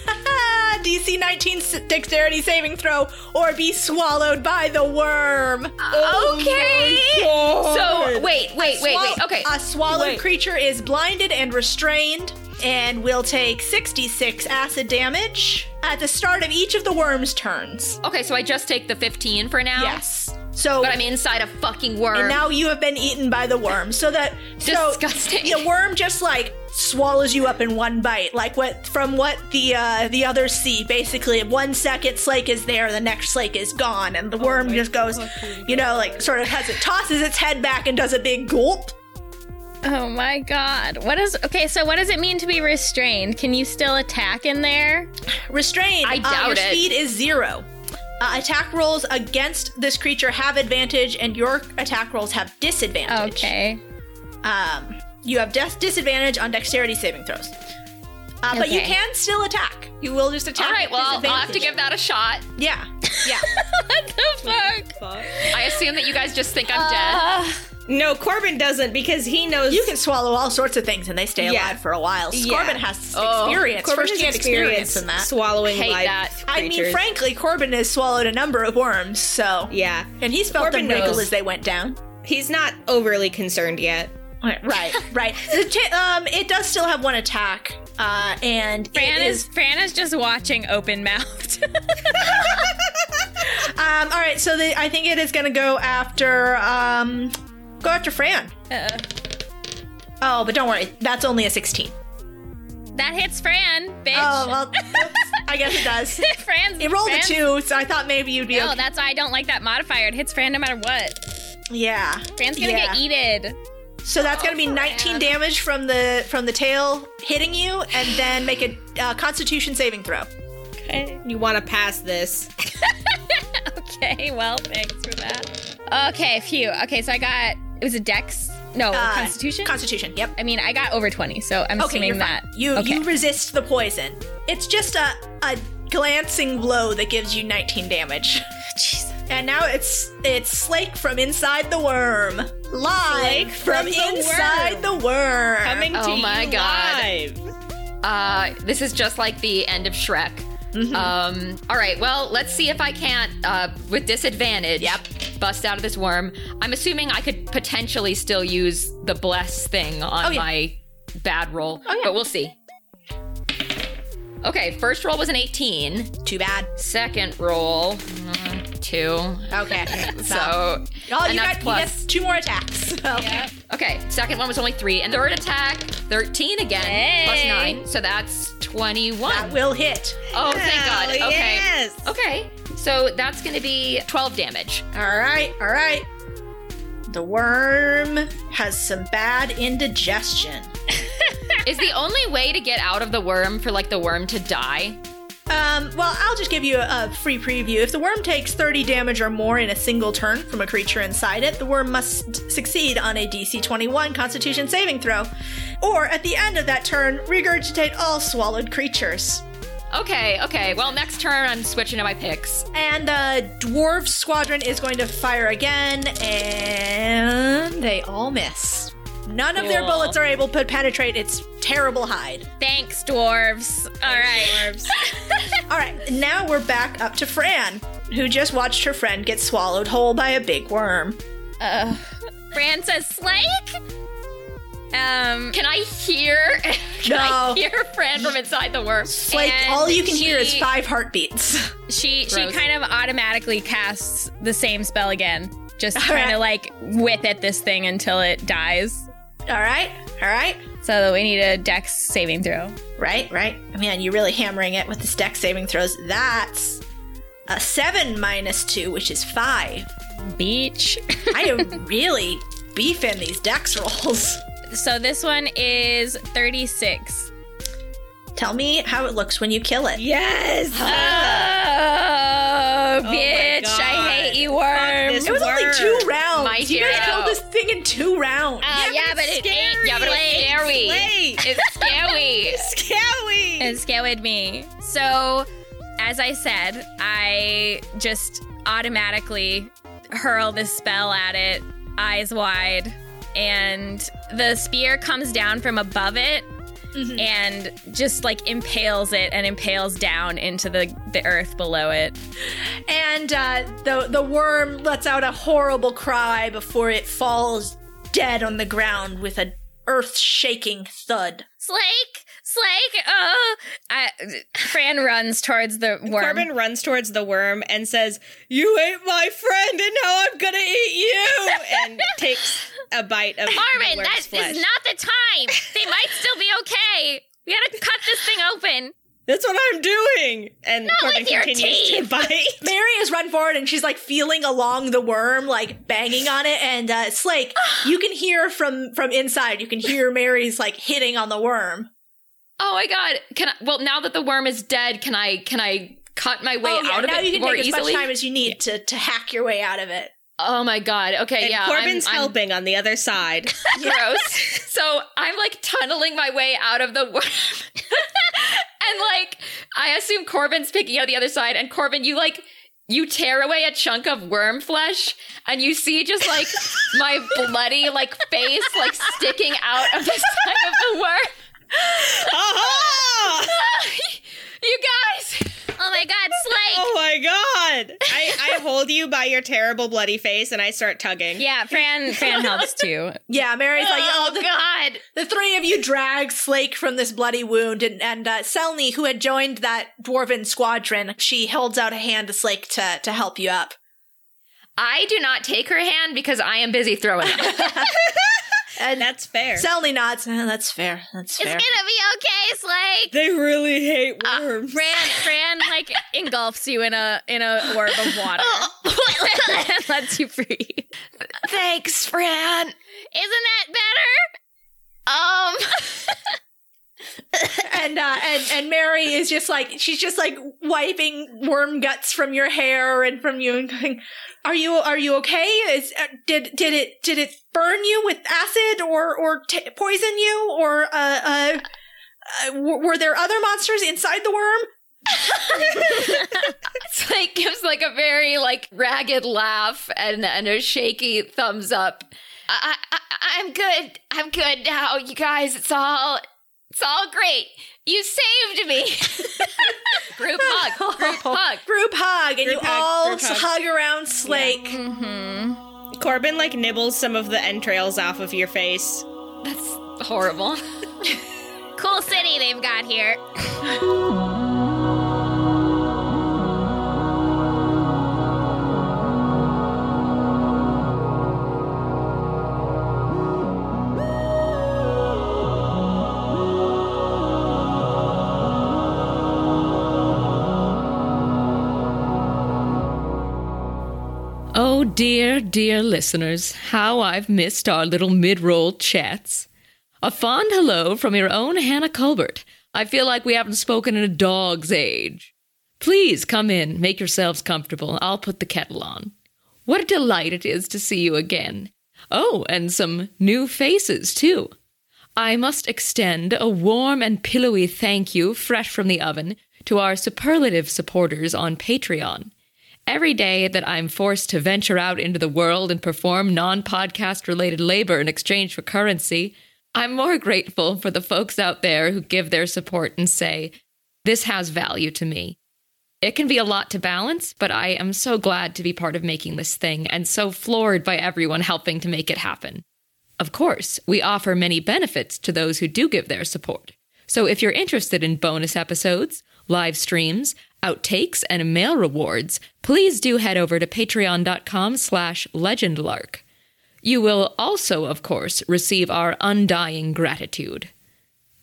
S4: DC 19 s- dexterity saving throw or be swallowed by the worm.
S2: okay. So, wait, wait, wait, wait.
S4: Swall-
S2: Okay.
S4: A swallowed creature is blinded and restrained and will take 66 acid damage at the start of each of the worm's turns.
S2: Okay, so I just take the 15 for now.
S4: Yes. So
S2: But I'm inside a fucking worm.
S4: and now you have been eaten by the worm. So that so
S2: Disgusting.
S4: the worm just like swallows you up in one bite, like what from what the uh, the others see. Basically, one second Slake is there, the next Slake is gone, and the worm just goes, you know, like sort of has it tosses its head back and does a big gulp.
S1: Oh my god. What is okay, so what does it mean to be restrained? Can you still attack in there?
S4: Restrained.
S2: I
S4: uh,
S2: doubt
S4: your
S2: it.
S4: speed is zero. Uh, attack rolls against this creature have advantage, and your attack rolls have disadvantage.
S1: Okay.
S4: Um, you have death disadvantage on dexterity saving throws. Uh, But you
S1: Okay.
S4: can still attack. You will just attack.
S2: All right,
S4: with
S2: well, I'll have to
S4: disadvantage.
S2: give that a shot.
S4: Yeah, yeah.
S1: What the fuck?
S2: I assume that you guys just think
S4: Uh,
S2: I'm
S3: No, Corbin doesn't because he knows.
S4: you can swallow all sorts of things and they stay
S3: Yeah.
S4: alive for a while.
S3: Yeah.
S4: Corbin has
S2: Oh.
S4: experience,
S3: Corbin has
S4: first-hand experience in that.
S3: swallowing
S2: Hate
S3: live
S2: that.
S4: I mean,
S3: creatures.
S4: frankly, Corbin has swallowed a number of worms, so
S3: Yeah,
S4: and he's felt
S3: Corbin
S4: them wriggle
S3: knows.
S4: as they went down.
S3: he's not overly concerned yet.
S4: Right, right. The cha- um, it does still have one attack, uh, and
S1: Fran
S4: it
S1: is Fran is just watching open mouthed.
S4: Um, all right, so the, I think it is going to go after um, go after Fran.
S1: Uh,
S4: Oh, but don't worry, that's only a sixteen.
S1: that hits Fran, bitch.
S4: Oh well, oops, I guess it does.
S1: Fran's
S4: It rolled a
S1: Fran's-
S4: two, so I thought maybe you'd be
S1: No,
S4: okay.
S1: Oh, that's why I don't like that modifier. It hits Fran no matter what.
S4: yeah.
S1: Fran's gonna
S4: Yeah.
S1: get eated.
S4: So that's going to be nineteen damage from the from the tail hitting you, and then make a uh, Constitution saving throw. Uh,
S3: You want to pass this?
S1: Okay, well, thanks for that. Okay, phew. Okay, so I got it was a Dex. No,
S4: Uh,
S1: Constitution.
S4: Constitution. Yep.
S1: I mean, I got over twenty, so I'm
S4: Okay, you're
S1: assuming
S4: fine.
S1: that
S4: You
S1: okay.
S4: you resist the poison, It's just a a glancing blow that gives you 19 damage.
S1: Jesus.
S4: And now it's it's Slake from inside the worm. Live
S6: Slake
S4: from,
S6: from the
S4: inside
S6: worm.
S4: the worm.
S6: Coming to
S2: Oh my
S6: you
S2: God.
S6: live.
S2: Uh, this is just like the end of Shrek.
S4: Mm-hmm.
S2: Um, all right, well, let's see if I can't, uh, with disadvantage,
S4: Yep.
S2: bust out of this worm. I'm assuming I could potentially still use the bless thing on
S4: Oh, yeah. Oh,
S2: my bad roll, but we'll see. Okay, first roll was an 18.
S4: Too bad.
S2: Second roll, mm, two.
S4: Okay.
S2: So,
S4: oh,
S2: and
S4: you
S2: that's
S4: got, you got two more attacks. So.
S2: Okay, second one was only three, and third attack, 13 again, plus nine. So that's 21.
S4: That will hit.
S2: oh, thank God.
S6: Hell
S2: Okay.
S6: Yes.
S2: Okay, so that's going to be 12 damage.
S4: All right, all right. The worm has some bad indigestion.
S2: Is the only way to get out of the worm for like the worm to die?
S4: Um, well, I'll just give you a, a free preview. If the worm takes 30 damage or more in a single turn from a creature inside it, the worm must succeed on a DC 21 Constitution saving throw, or at the end of that turn, regurgitate all swallowed creatures.
S2: Okay, okay. Well, next turn I'm switching to my picks.
S4: And the dwarf squadron is going to fire again, and they all miss. None of their
S2: Cool.
S4: bullets are able to penetrate its terrible hide.
S1: Thanks, dwarves. All right.
S4: All right, now we're back up to Fran, who just watched her friend get swallowed whole by a big worm.
S1: Fran says, Slake? Um,
S2: Can I hear? Can I
S4: No.
S2: hear Fran from inside the worm?
S4: Like
S1: And
S4: all you can hear is
S1: she-
S4: five heartbeats.
S1: she
S2: Gross.
S1: she kind of automatically casts the same spell again, just
S4: All
S1: trying to
S4: right.
S1: like whip at this thing until it dies.
S4: All right, all right,
S1: So we need a dex saving throw.
S4: right, right. Man, you're really hammering it with this deck saving throws. That's a seven minus two, which is five.
S1: Beach.
S4: I am really beefing these dex rolls.
S1: So this one is 36.
S4: Tell me how it looks when you kill it.
S6: Yes.
S1: Oh,
S6: my
S1: bitch. I hate you, worm.
S6: this
S4: It was only
S6: Word.
S4: two rounds.
S2: My
S4: you guys
S2: hero.
S4: killed this thing in two rounds.
S1: Oh, yeah, but it ain't.
S2: Yeah, but it's scary.
S6: Wait.
S2: It's scary.
S6: Scary.
S1: It scared me. So, as I said, I just automatically hurl this spell at it, eyes wide, and the spear comes down from above it and just like impales it and impales down into the, the earth below it.
S4: And uh, the the worm lets out a horrible cry before it falls dead on the ground with an earth-shaking thud.
S1: Slake! Slake! Oh! I, Fran runs towards the worm.
S3: Corbin runs towards the worm and says, "You ate my friend, and now I'm gonna eat you!" and takes a bite of the
S1: Marvin,
S3: worm's
S1: that is
S3: flesh.
S1: not the time. They might still be okay. We gotta cut this thing open.
S3: That's what I'm doing. And Corbin
S1: with your
S3: continues to
S1: teeth.
S3: bite.
S4: Mary has run forward and she's like feeling along the worm, like banging on it. And uh, Slake, you can hear from from inside. You can hear Mary's like hitting on the worm.
S2: Oh my god. Can I, well now that the worm is dead, can I can I cut my way
S4: oh yeah,
S2: out of
S4: now
S2: it
S4: you can
S2: more
S4: take as
S2: easily?
S4: much time as you need to to hack your way out of it.
S2: oh my god. Okay,
S3: And
S2: yeah. I'm-
S3: Corbin's
S2: I'm,
S3: helping on the other side.
S2: gross. so I'm like tunneling my way out of the worm. and like I assume Corbin's picking out the other side, and Corbin, you like you tear away a chunk of worm flesh, and you see just like my bloody like face like sticking out of the side of the worm.
S3: Aha!
S2: you guys,
S1: Oh my god, Slake!
S3: Oh my god! I, I hold you by your terrible bloody face and I start tugging.
S1: Yeah, Fran Fran helps too.
S4: Yeah, Mary's like, oh, the,
S2: God,
S4: The three of you drag Slake from this bloody wound, and, and uh, Selny, who had joined that dwarven squadron, she holds out a hand to Slake to, to help you up.
S2: I do not take her hand because I am busy throwing. Up.
S4: And
S3: That's fair.
S4: Selny nods, "Eh, that's fair, that's fair.
S1: Gonna be okay, Slake.
S3: they really hate worms.
S1: Fran Fran like engulfs you in a in a orb of water and lets you free. Isn't
S2: Thanks, Fran.
S1: that better?
S2: Um,
S4: and, uh, and, and Mary is just like, she's just like wiping worm guts from your hair and from you and going, are you, are you okay? Is, uh, did, did it, did it burn you with acid or, or t- poison you or, uh, uh, uh, w- were there other monsters inside the worm?
S2: It's like gives like a very like ragged laugh and and a shaky thumbs up. I, I I- I'm good. I'm good now, you guys. It's all it's all great. You saved me. group hug. Group hug.
S4: Group hug, and you
S3: hug,
S4: all
S3: group hug.
S4: hug around Slake.
S3: Corbin like nibbles some of the entrails off of your face.
S2: That's horrible.
S1: Cool city they've got here.
S2: Oh dear, dear listeners, how I've missed our little mid-roll chats. A fond hello from your own Hannah Culbert. I feel like we haven't spoken in a dog's age. Please come in, make yourselves comfortable. I'll put the kettle on. What a delight it is to see you again. Oh, and some new faces, too. I must extend a warm and pillowy thank you, fresh from the oven, to our superlative supporters on Patreon. Every day that I'm forced to venture out into the world and perform non podcast related labor in exchange for currency, I'm more grateful for the folks out there who give their support and say, This has value to me. It can be a lot to balance, but I am so glad to be part of making this thing and so floored by everyone helping to make it happen. Of course, we offer many benefits to those who do give their support. So if you're interested in bonus episodes, live streams, outtakes, and mail rewards, please do head over to patreon.com slash legendlark. You will also, of course, receive our undying gratitude.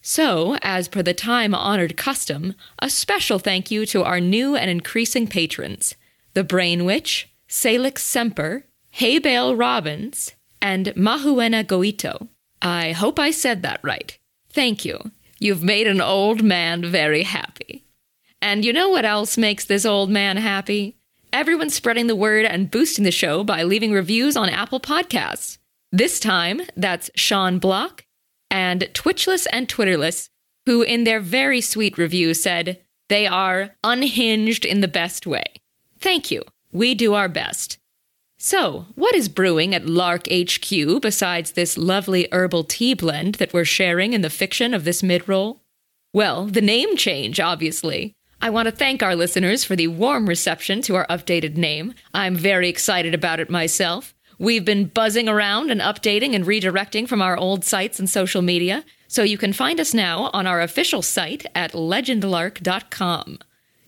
S2: So, as per the time honored custom, a special thank you to our new and increasing patrons the Brain Witch, Salix Semper, Haybale Robbins, and Mahuena Goito. I hope I said that right. Thank you. You've made an old man very happy. And you know what else makes this old man happy? Everyone spreading the word and boosting the show by leaving reviews on Apple Podcasts. This time, that's Sean Block and Twitchless and Twitterless, who in their very sweet review said, they are unhinged in the best way. Thank you. We do our best. So, what is brewing at Lark HQ besides this lovely herbal tea blend that we're sharing in the fiction of this mid roll? Well, the name change, obviously. I want to thank our listeners for the warm reception to our updated name. I'm very excited about it myself. We've been buzzing around and updating and redirecting from our old sites and social media, so you can find us now on our official site at legendlark.com.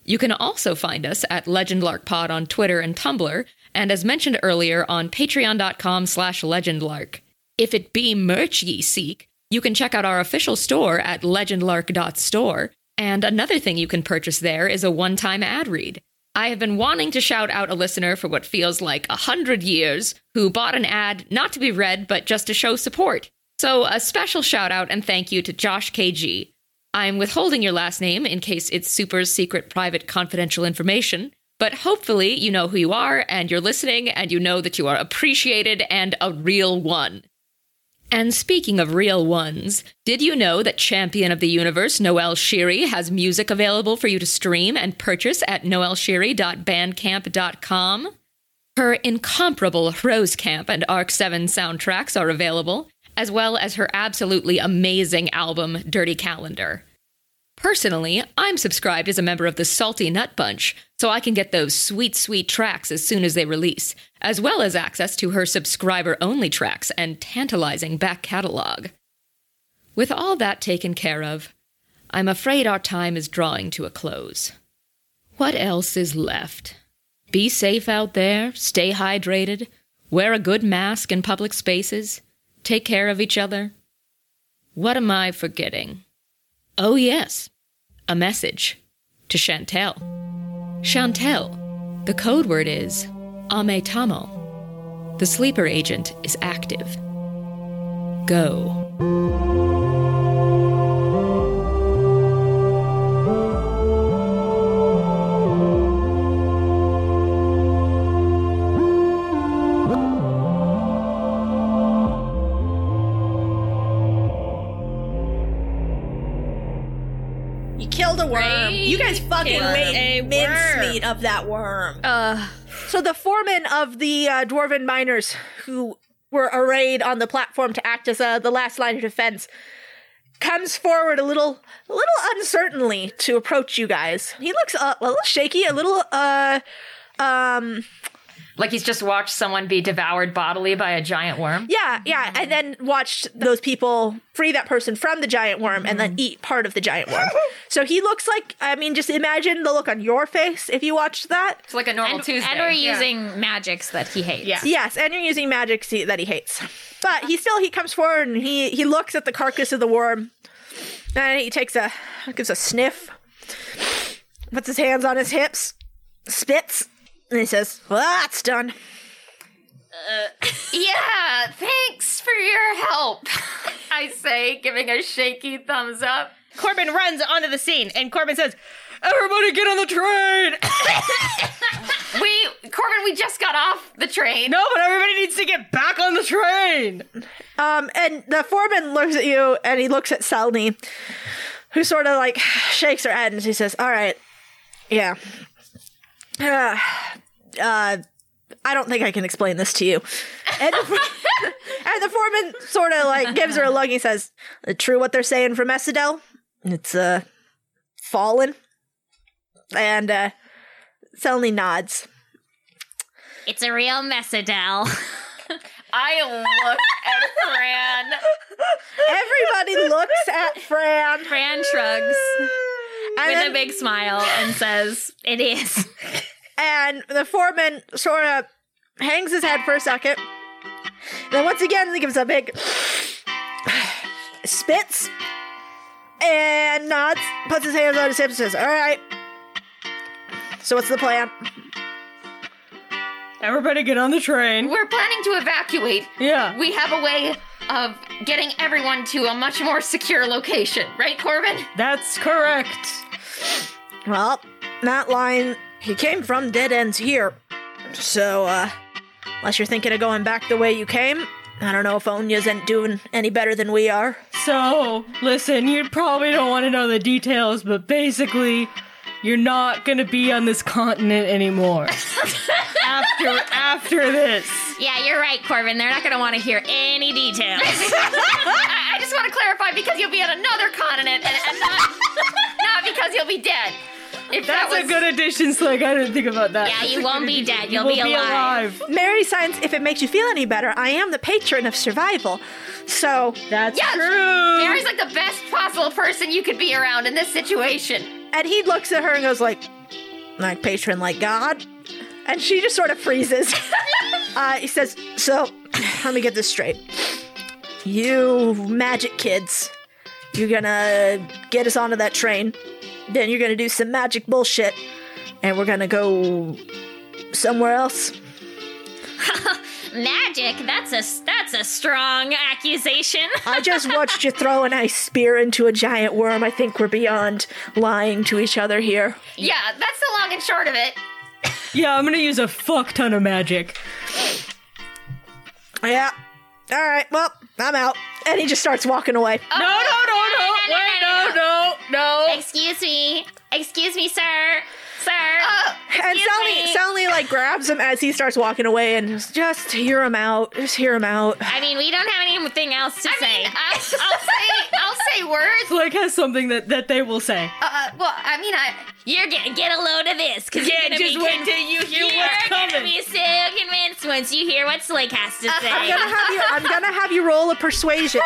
S2: You can also find us at LegendLarkPod on Twitter and Tumblr, and as mentioned earlier, on patreon.com slash legendlark. If it be merch ye seek, you can check out our official store at legendlark.store, and another thing you can purchase there is a one-time ad read. I have been wanting to shout out a listener for what feels like a hundred years who bought an ad not to be read, but just to show support. So a special shout out and thank you to Josh KG. I'm withholding your last name in case it's super secret, private, confidential information, but hopefully you know who you are and you're listening and you know that you are appreciated and a real one. And speaking of real ones, did you know that Champion of the Universe Noel Shiri has music available for you to stream and purchase at noelshiri.bandcamp.com? Her incomparable Rose Camp and Arc 7 soundtracks are available, as well as her absolutely amazing album Dirty Calendar. Personally, I'm subscribed as a member of the Salty Nut Bunch, so I can get those sweet, sweet tracks as soon as they release, as well as access to her subscriber only tracks and tantalizing back catalog. With all that taken care of, I'm afraid our time is drawing to a close. What else is left? Be safe out there, stay hydrated, wear a good mask in public spaces, take care of each other. What am I forgetting? Oh, yes, a message to Chantel. Chantel, the code word is Ame Tamo. The sleeper agent is active. Go.
S4: You killed a worm. You guys fucking
S1: Killed
S4: made
S8: a
S4: mincemeat of that worm.
S1: Ugh.
S4: So the foremen of the uh, dwarven miners who were arrayed on the platform to act as uh, the last line of defense comes forward a little, a little uncertainly to approach you guys. He looks uh, a, a little shaky, a little uh, um,
S2: Like he's just watched someone be devoured bodily by a giant worm.
S4: yeah, yeah, and then watched those people free that person from the giant worm and then eat part of the giant worm. so he looks like, I mean, just imagine the look on your face if you watched that.
S2: It's like a normal
S7: And-
S2: Tuesday.
S7: and
S2: we're
S7: using
S2: magics that he hates. Yeah.
S4: Yes, and you're using magic se- that he hates. But he still he comes forward and he he looks at the carcass of the worm, and he takes a gives a sniff, puts his hands on his hips, spits, and he says, "Well, that's done."
S2: Yeah, thanks for your help. I say, giving a shaky thumbs up.
S3: Corbin runs onto the scene, and Corbin says, "Everybody, get on the train!"
S2: We, Corbin, we just got off the train.
S3: no, but everybody needs to get back on the train.
S4: Um, and the foreman looks at you and he looks at Selmy, who sort of like shakes her head and she says, "All right, yeah, uh, uh, I don't think I can explain this to you." And the, and the foreman sort of like gives her a look. And he says, "True, what they're saying from Mesidel. It's uh, fallen." And uh, Selmy nods.
S1: It's a real mess, Adele.
S2: I look at Fran.
S4: Everybody looks at Fran,
S1: Fran shrugs
S4: and
S1: with
S4: then-
S1: a big smile and says, It is.
S4: and the foreman sort of hangs his head for a second. Then once again, he gives a big spits and nods, puts his hands on his hips, and says, "All right." So what's the plan?
S8: Everybody get on the train.
S2: We're planning to evacuate.
S8: Yeah.
S2: We have a way of getting everyone to a much more secure location, right, Corbin?
S8: That's correct.
S4: Well, that line he came from dead ends here. So uh unless you're thinking of going back the way you came, I don't know if Onya's isn't doing any better than we are.
S8: So, listen, you probably don't want to know the details, but basically, you're not going to be on this continent anymore. after after this.
S1: Yeah, you're right, Corbin. They're not going to want to hear any details.
S2: I, I just want to clarify because you'll be on another continent and, and not, not because you'll be dead. If
S8: That's
S2: that was
S8: a good addition, Slick. I didn't think about that.
S1: Yeah,
S8: That's
S1: you
S8: a
S1: won't
S8: good
S1: be
S8: addition.
S1: dead.
S8: You
S1: You'll
S8: will
S1: be
S8: alive.
S4: Mary Science, if it makes you feel any better, I am the patron of survival. So,
S8: That's
S2: Yes!
S8: true.
S2: Mary's like the best possible person you could be around in this situation.
S4: and he looks at her and goes like, like patron, like God. And she just sort of freezes. uh, he says, so let me get this straight. You magic kids, you're gonna get us onto that train. Then you're gonna do some magic bullshit. And we're gonna go somewhere else.
S1: Magic, that's a that's a strong accusation.
S4: I just watched you throw an ice spear into a giant worm. I think we're beyond lying to each other here.
S2: Yeah, that's the long and short of it.
S8: yeah, I'm gonna use a fuck ton of magic.
S4: Yeah. All right. Well, I'm out. And he just starts walking away.
S8: No, no, no, no. Wait, no, no, no.
S1: Excuse me. Excuse me, sir. Sir.
S4: and Sally,
S1: me.
S4: Sally like grabs him as he starts walking away and is just hear him out. Just hear him out.
S1: I mean, we don't have anything else to
S2: I
S1: say.
S2: mean, uh, I, I'll say, I'll say words.
S8: Slick has something that, that they will say.
S2: Uh, well, I mean, I
S1: you're gonna get a load of this, cause you're gonna be con-
S8: you hear
S1: you're gonna be so convinced once you hear what Slake has
S2: Uh-huh.
S1: to
S4: I'm
S1: say.
S4: gonna have you. I'm gonna have you roll a persuasion.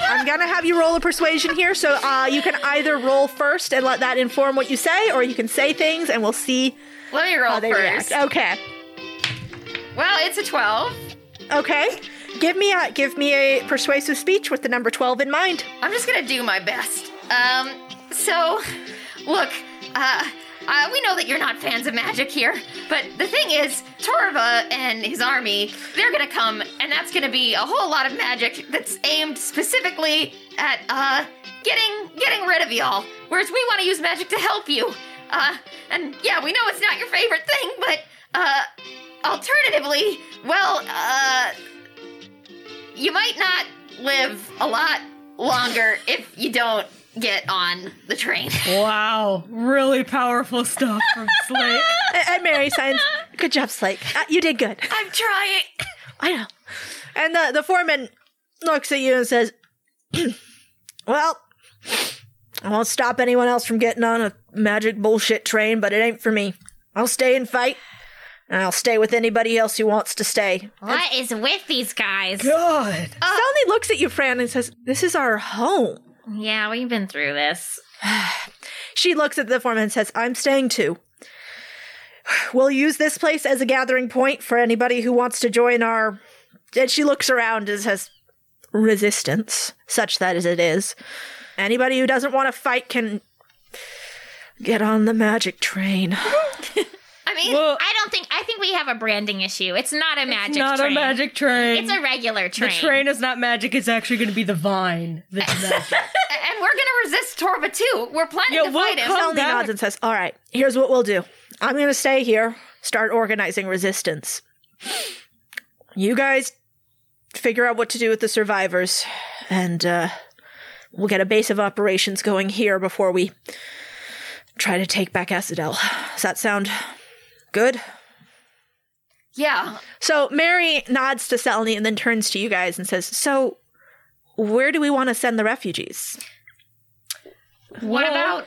S4: I'm gonna have you roll a persuasion here, so uh, you can either roll first and let that inform what you say, or you can say things and we'll see
S2: let me roll
S4: how they
S2: first.
S4: react. Okay.
S2: Well, it's a twelve.
S4: Okay. Give me a give me a persuasive speech with the number twelve in mind.
S2: I'm just gonna do my best. Um, so, look, uh, uh, we know that you're not fans of magic here, but the thing is, Torva and his army, they're gonna come, and that's gonna be a whole lot of magic that's aimed specifically at, uh, getting, getting rid of y'all. Whereas we wanna use magic to help you. Uh, and yeah, we know it's not your favorite thing, but, uh, alternatively, well, uh, you might not live a lot longer if you don't
S7: get on the train.
S8: Wow, really powerful stuff from Slate.
S4: And- And Mary signs, "Good job, Slake. Uh, you did good.
S7: I'm trying.
S4: I know." And the the foreman looks at you and says, "Well, I won't stop anyone else from getting on a magic bullshit train, but it ain't for me. I'll stay and fight." And I'll stay with anybody else who wants to stay.
S1: What is with these guys?
S8: God.
S4: Suddenly looks at you, Fran, and says, This is our home.
S1: Yeah, we've been through this.
S4: She looks at the foreman and says, I'm staying too. We'll use this place as a gathering point for anybody who wants to join our. And she looks around and says, resistance, such that as it is. Anybody who doesn't want to fight can get on the magic train.
S7: I mean,
S8: Well,
S1: I don't think I think we have a branding issue. It's not a magic
S8: not
S1: train.
S8: a magic train.
S1: It's a regular
S8: the
S1: train.
S8: train is not magic. It's actually going to be the vine that's magic.
S7: and we're gonna resist Torba too. We're planning
S8: Yeah,
S7: to
S8: we'll
S7: fight him.
S8: come-
S4: Suddenly
S8: back.
S4: nods and says, All right, here's what we'll do. I'm going to stay here, start organizing resistance. You guys figure out what to do with the survivors, and uh, we'll get a base of operations going here before we try to take back Acidel. Does that sound good?
S7: yeah.
S4: So Mary nods to Selene and then turns to you guys and says, So, where do we want to send the refugees?
S7: What about?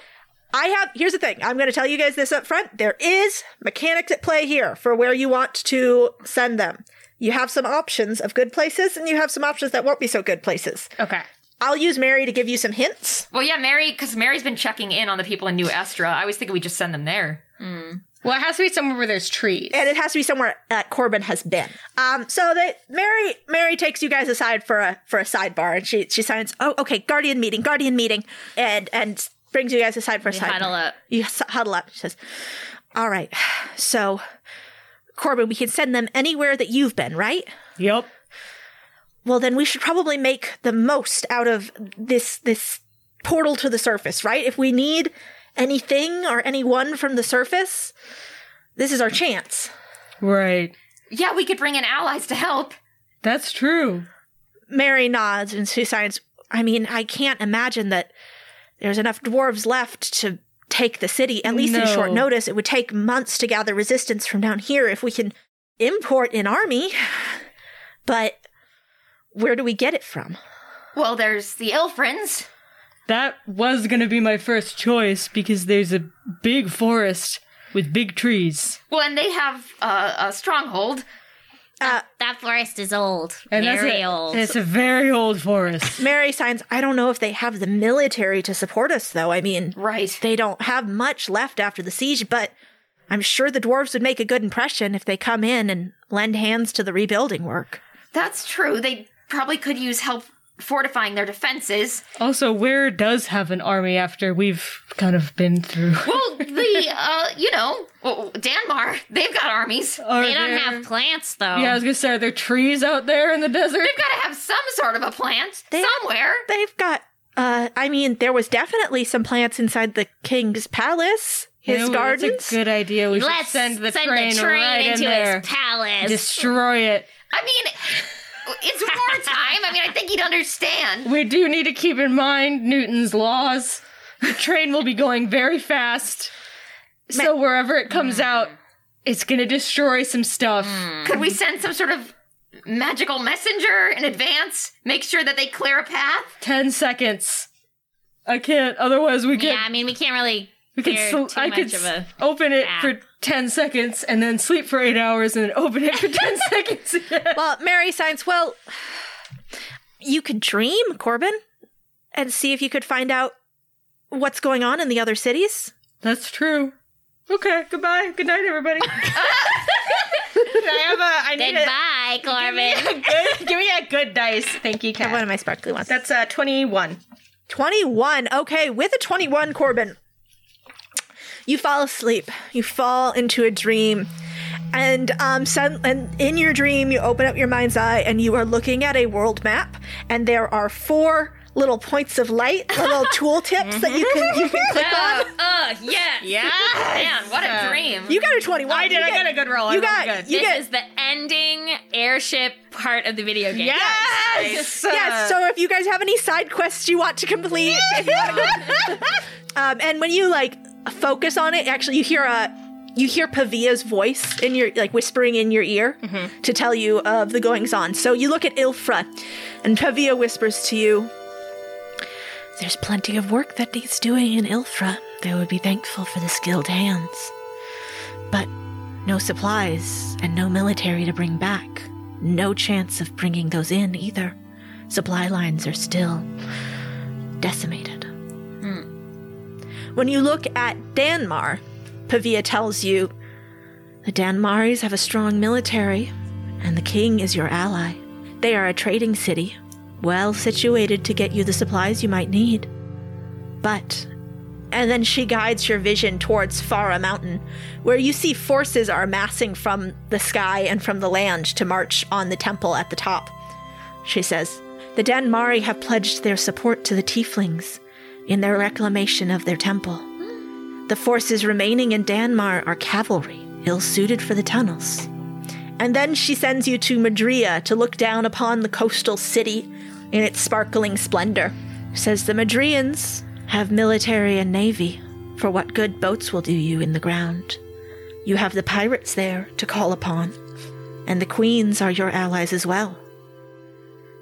S4: I have here's the thing. I'm going to tell you guys this up front. There is mechanics at play here for where you want to send them. You have some options of good places and you have some options that won't be so good places.
S8: okay.
S4: I'll use Mary to give you some hints.
S7: Well, yeah, Mary, because Mary's been checking in on the people in New Estra. I was thinking we just send them there.
S9: Well, it has to be somewhere where there's trees.
S4: And it has to be somewhere that Corbin has been. Um so that Mary Mary takes you guys aside for a for a sidebar and she she signs, "Oh, okay, guardian meeting, guardian meeting." And and brings you guys aside for a sidebar.
S1: Huddle up.
S4: you s- huddle up. She says, "All right. So, Corbin, we can send them anywhere that you've been, right?"
S8: Yep.
S4: Well, then we should probably make the most out of this this portal to the surface, right? If we need anything or anyone from the surface, this is our chance.
S8: Right.
S7: Yeah, we could bring in allies to help.
S8: That's true.
S4: Mary nods and she signs, I mean, I can't imagine that there's enough dwarves left to take the city, at least in short
S8: No.
S4: notice. It would take months to gather resistance from down here if we can import an army. But where do we get it from?
S7: Well, there's the Ilfrins.
S8: That was going to be my first choice because there's a big forest with big trees.
S7: Well, and they have uh, a stronghold.
S1: That forest is old.
S8: And that's
S1: very
S8: a-
S1: old.
S8: It's a very old forest.
S4: Mary signs, I don't know if they have the military to support us, though. I mean,
S7: Right.
S4: they don't have much left after the siege, but I'm sure the dwarves would make a good impression if they come in and lend hands to the rebuilding work.
S7: That's true. They probably could use help fortifying their defenses.
S8: Also, where does have an army after we've kind of been through?
S7: Well, the uh, you know, well, Danmar, they've got armies. They've
S8: Are
S1: they don't
S8: there-
S1: have plants though.
S8: Yeah, I was gonna say, are there trees out there in the desert?
S7: got to have some sort of a plant
S4: They-
S7: somewhere.
S4: They've got, uh, I mean, there was definitely some plants inside the king's palace, his
S8: You know,
S4: gardens.
S8: That's a good idea. We
S1: Let's
S8: should send the train, right
S1: into
S8: in there.
S1: his palace.
S8: Destroy it.
S7: I mean, it's wartime. I mean, I think he'd understand.
S8: We do need to keep in mind Newton's laws. The train will be going very fast. So wherever it
S1: Hmm.
S8: comes out, it's gonna destroy some stuff.
S7: Could we send some sort of magical messenger in advance? Make sure that they clear a path.
S8: Ten seconds. I can't. Otherwise, we
S1: yeah,
S8: get
S1: I mean we can't really
S8: we could
S1: hear
S8: sl-
S1: too
S8: I
S1: much
S8: could
S1: of a
S8: s- open it
S1: app.
S8: for ten seconds and then sleep for eight hours and then open it for ten seconds. again.
S4: well, Mary signs, well, you could dream, Corbin, and see if you could find out what's going on in the other cities.
S8: That's true. Okay. Goodbye. Good night, everybody.
S3: I have a. I need a,
S1: goodbye, Corbin.
S3: good, give me a good dice. Thank you,
S4: One
S3: Kat.
S4: of my sparkly ones.
S3: That's uh, twenty-one.
S4: 21. Okay, with a 21, Corbin, you fall asleep. You fall into a dream. And um, sud and in your dream, you open up your mind's eye and you are looking at a world map, and there are four little points of light, little tool tips that you can you can click
S3: Mm-hmm.
S2: Uh,
S4: on.
S1: oh yeah.
S3: Yeah.
S7: Man, what a dream!
S4: You got a twenty one.
S3: I did.
S4: You
S3: I got a good roll. I
S4: You
S3: rolled
S4: got
S3: good.
S4: you
S1: this
S4: get
S1: is the ending airship part of the video game.
S3: Yes.
S4: Yes, yes. So if you guys have any side quests you want to complete, if you wanna go- um, and when you like focus on it, actually you hear a you hear Pavia's voice in your like whispering in your ear to tell you of the goings on. So you look at Ilfra, and Pavia whispers to you, "There's plenty of work that needs doing in Ilfra. They would be thankful for the skilled hands, but no supplies and no military to bring back." no chance of bringing those in either. Supply lines are still decimated. When you look at Danmar, Pavia tells you the Danmaris have a strong military, and the king is your ally. They are a trading city, well situated to get you the supplies you might need. But and then she guides your vision towards Farah Mountain, where you see forces are massing from the sky and from the land to march on the temple at the top. She says, The Danmari have pledged their support to the Tieflings in their reclamation of their temple. The forces remaining in Danmar are cavalry, ill suited for the tunnels. And then she sends you to Madria to look down upon the coastal city in its sparkling splendor. Says the Madrians have military and navy, for what good boats will do you in the ground. You have the pirates there to call upon, and the queens are your allies as well.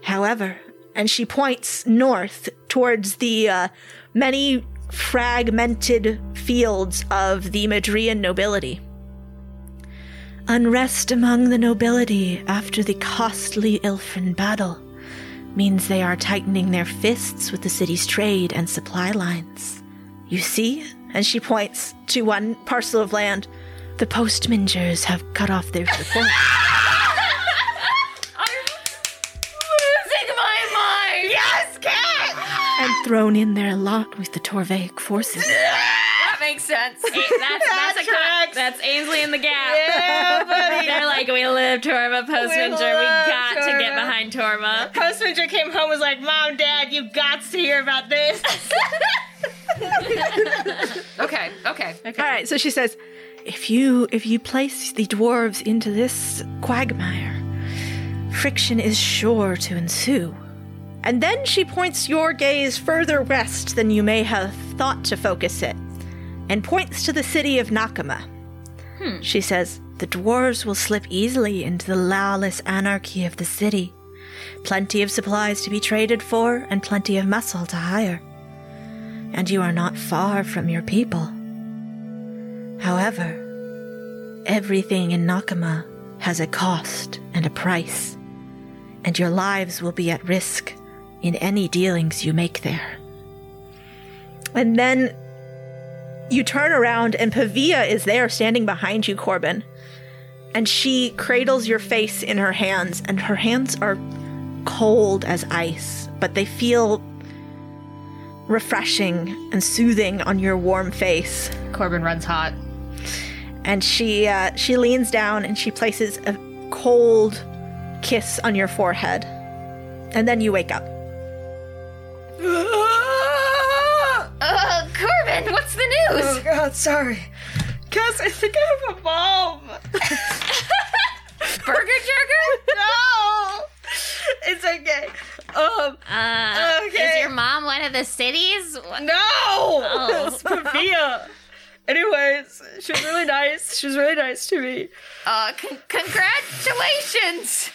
S4: However, and she points north towards the uh, many fragmented fields of the Madrian nobility. Unrest among the nobility after the costly Ilfrin battle means they are tightening their fists with the city's trade and supply lines. You see? And she points to one parcel of land. The postmingers have cut off their support.
S2: Losing my mind! Yes, cat!
S4: and thrown in their lot with the Torvaic forces.
S2: That makes sense.
S1: That's, that's a cop. That's Ainsley in the gap. They're like, we live Torma Postmanger. We, got to get behind Torma.
S10: Postmanger came home was like, Mom, Dad, you got to hear about this.
S2: Okay, okay.
S4: All right, so she says, if you if you place the dwarves into this quagmire, friction is sure to ensue. And then she points your gaze further west than you may have thought to focus it, and points to the city of Nakama. She says, the dwarves will slip easily into the lawless anarchy of the city. Plenty of supplies to be traded for, and plenty of muscle to hire. And you are not far from your people. However, everything in Nakama has a cost and a price, and your lives will be at risk in any dealings you make there. And then you turn around, and Pavia is there standing behind you, Corbin. And she cradles your face in her hands, and her hands are cold as ice, but they feel refreshing and soothing on your warm face
S7: Corbin runs hot.
S4: and she uh, she leans down and she places a cold kiss on your forehead, and then you wake up.
S2: Uh, Corbin, what's the news?
S8: Oh God, sorry. Cause I think I have a bomb.
S2: Burger Jerker?
S8: No, it's okay. Um,
S1: Uh,
S8: okay.
S2: Is your mom one of the cities? What-
S8: No! It's Sophia! Anyways, she was really nice. She was really nice to me.
S2: Uh, con- congratulations!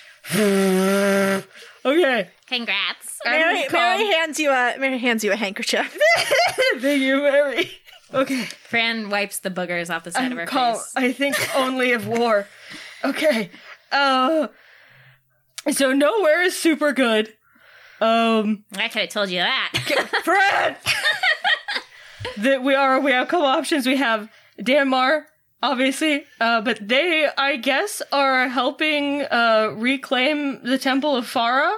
S8: Okay.
S2: Congrats.
S4: Mary, Mary hands you a Mary hands you a handkerchief.
S8: Thank you, Mary. Okay.
S1: Fran wipes the boogers off the side of her
S8: Call,
S1: face.
S8: I think only of war. Okay. Uh, so nowhere is super good. Um,
S1: I could have told you that.
S8: Fred! that we are, we have a couple options. We have Danmar, obviously, uh, but they, I guess, are helping, uh, reclaim the Temple of Farah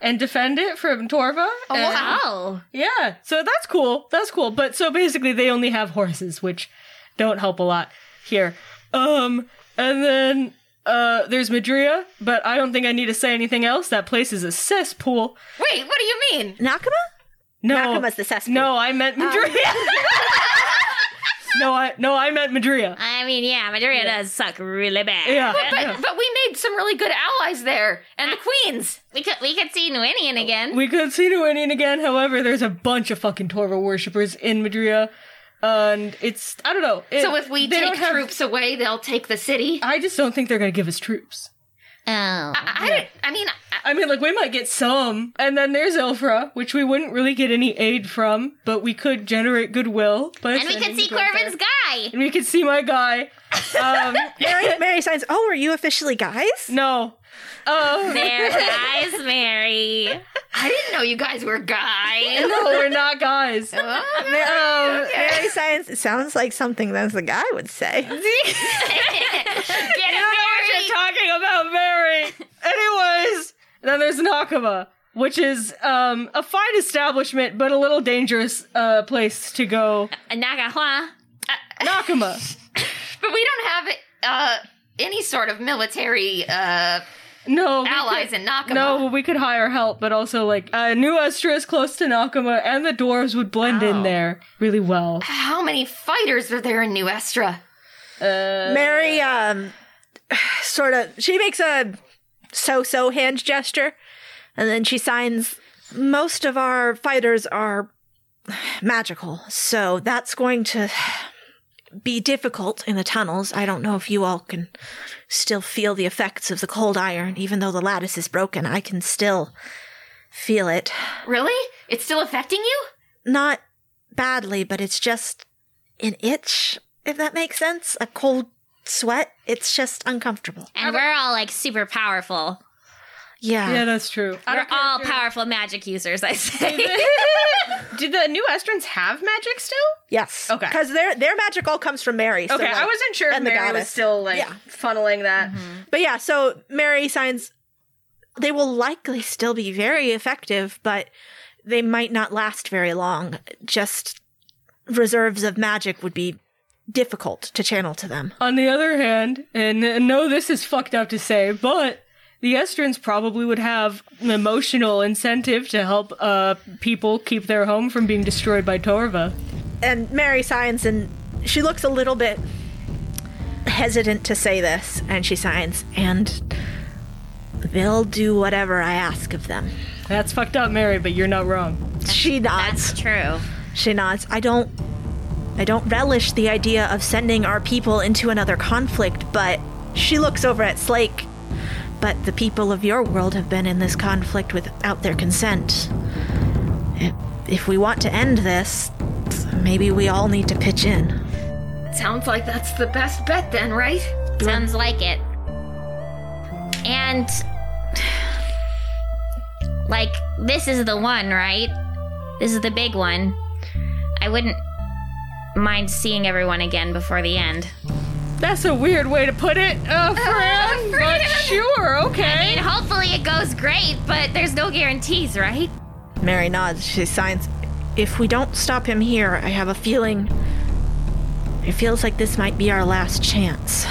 S8: and defend it from Torva. and-
S1: wow.
S8: Yeah, so that's cool. That's cool. But so basically, they only have horses, which don't help a lot here. Um, and then uh, there's Madria, but I don't think I need to say anything else. That place is a cesspool.
S2: Wait, what do you mean?
S4: Nakama?
S8: No,
S4: Nakama's the cesspool.
S8: no, I meant Madria. no, I no, I meant Madria.
S1: I mean, yeah, Madrid does suck really bad.
S8: Yeah,
S2: But,
S8: yeah.
S2: but we made some really good allies there, and the queens.
S11: We could we could see Nuinian again.
S8: We could see Nuinian again. However, there's a bunch of fucking Torva worshippers in Madria, and it's I don't know. It-
S2: So if we
S8: they
S2: take
S8: don't have-
S2: troops away, they'll take the city.
S8: I just don't think they're gonna give us troops.
S11: Oh.
S2: I, I, don't- I mean, I,
S8: I mean, like we might get some, and then there's Ilfra, which we wouldn't really get any aid from, but we could generate goodwill. But
S11: And we could see Corbin's guy.
S8: and we could see my guy. Um,
S4: Mary, Mary signs, oh, are you officially guys?
S8: no, um,
S11: There lies Mary.
S2: I didn't know you guys were guys.
S8: no, we're not guys.
S2: Oh.
S8: Um,
S4: Mary signs, it sounds like something that the guy would say.
S2: Get it,
S8: We're
S2: Mary.
S8: talking about Mary. Anyways, then there's Nakama, which is um, a fine establishment, but a little dangerous uh, place to go.
S11: Nakahua.
S8: Nakama.
S2: But we don't have uh, any sort of military uh,
S8: No. we
S2: allies
S8: could-
S2: in Nakama.
S8: No, we could hire help, but also like uh, New Estra is close to Nakama, and the dwarves would blend in there really well.
S2: How many fighters are there in New Estra?
S8: Uh,
S4: Mary, um, sort of, she makes a so so hand gesture, and then she signs, most of our fighters are magical, so that's going to be difficult in the tunnels. I don't know if you all can still feel the effects of the cold iron, even though the lattice is broken. I can still feel it.
S2: Really? It's still affecting you?
S4: Not badly, but it's just an itch, if that makes sense. A cold sweat. It's just uncomfortable.
S11: And we're all like super powerful.
S4: Yeah.
S8: Yeah, that's true.
S11: We're all powerful magic users, I say.
S1: Do the new Estrons have magic still?
S4: Yes.
S1: Okay.
S4: Because their their magic all comes from Mary. so,
S1: Okay, I
S4: like-
S1: wasn't sure if
S4: and the
S1: Mary was
S4: goddess.
S1: still like
S4: Yeah.
S1: funneling that.
S4: But yeah, so Mary signs. They will likely still be very effective, but they might not last very long. Just reserves of magic would be difficult to channel to them.
S8: On the other hand, and uh, no, this is fucked up to say, but the Estrans probably would have an emotional incentive to help uh, people keep their home from being destroyed by Torva.
S4: and Mary signs, and she looks a little bit hesitant to say this, and she signs, and they'll do whatever I ask of them.
S8: That's fucked up, Mary, but you're not wrong.
S4: She nods.
S11: That's true.
S4: She nods. I don't. I don't relish the idea of sending our people into another conflict, but she looks over at Slake. But the people of your world have been in this conflict without their consent. If- If we want to end this, maybe we all need to pitch in.
S2: Sounds like that's the best bet then, right?
S11: Sounds like it. And like this is the one, right? This is the big one. I wouldn't mind seeing everyone again before the end.
S8: That's a weird way to put it, uh,
S11: Uh-huh.
S8: Fran, but sure, okay.
S11: And hopefully it goes great, but there's no guarantees, right?
S4: Mary nods. She signs, If we don't stop him here, I have a feeling. It feels like this might be our last chance.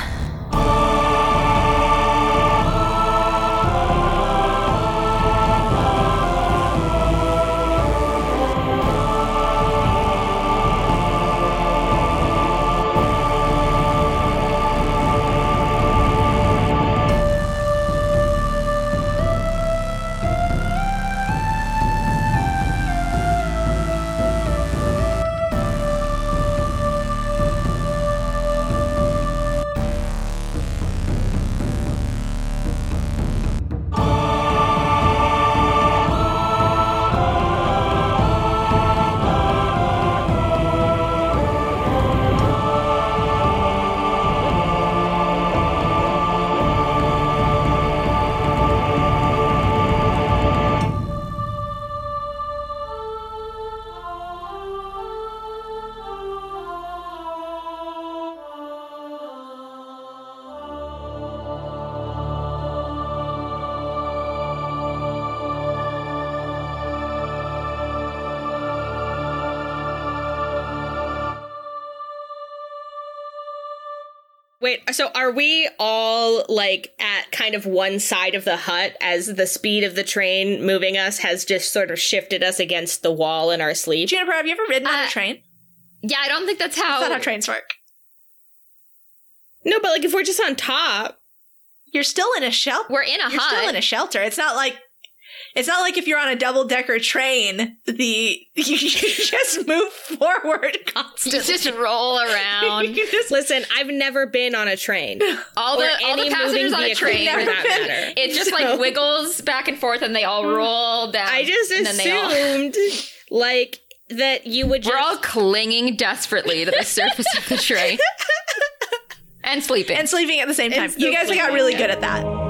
S3: Wait, so are we all like at kind of one side of the hut as the speed of the train moving us has just sort of shifted us against the wall in our sleep?
S12: Juniper, have you ever ridden on
S2: Uh,
S12: a train?
S13: Yeah, I don't think
S11: oh.
S13: that's
S12: That's
S13: how.
S12: not how trains work.
S3: No, but like if we're just on top,
S4: You're still in a shelter.
S2: We're in a
S4: You're
S2: hut.
S4: still in a shelter. It's not like it's not like if you're on a double decker train, the you just move forward constantly.
S2: just roll around.
S3: Listen, I've never been on a train.
S2: All
S3: or
S2: the all the
S3: any
S2: passengers
S3: moving
S2: on a
S3: vehicle
S2: train.
S3: for that
S4: been-
S3: matter.
S2: It just like wiggles back and forth, and they all roll down.
S3: I just
S2: Um, and then they all-
S3: assumed like that you would just
S2: We're all clinging desperately to the surface of the train and sleeping.
S4: and sleeping at the same time. You guys got really good at that.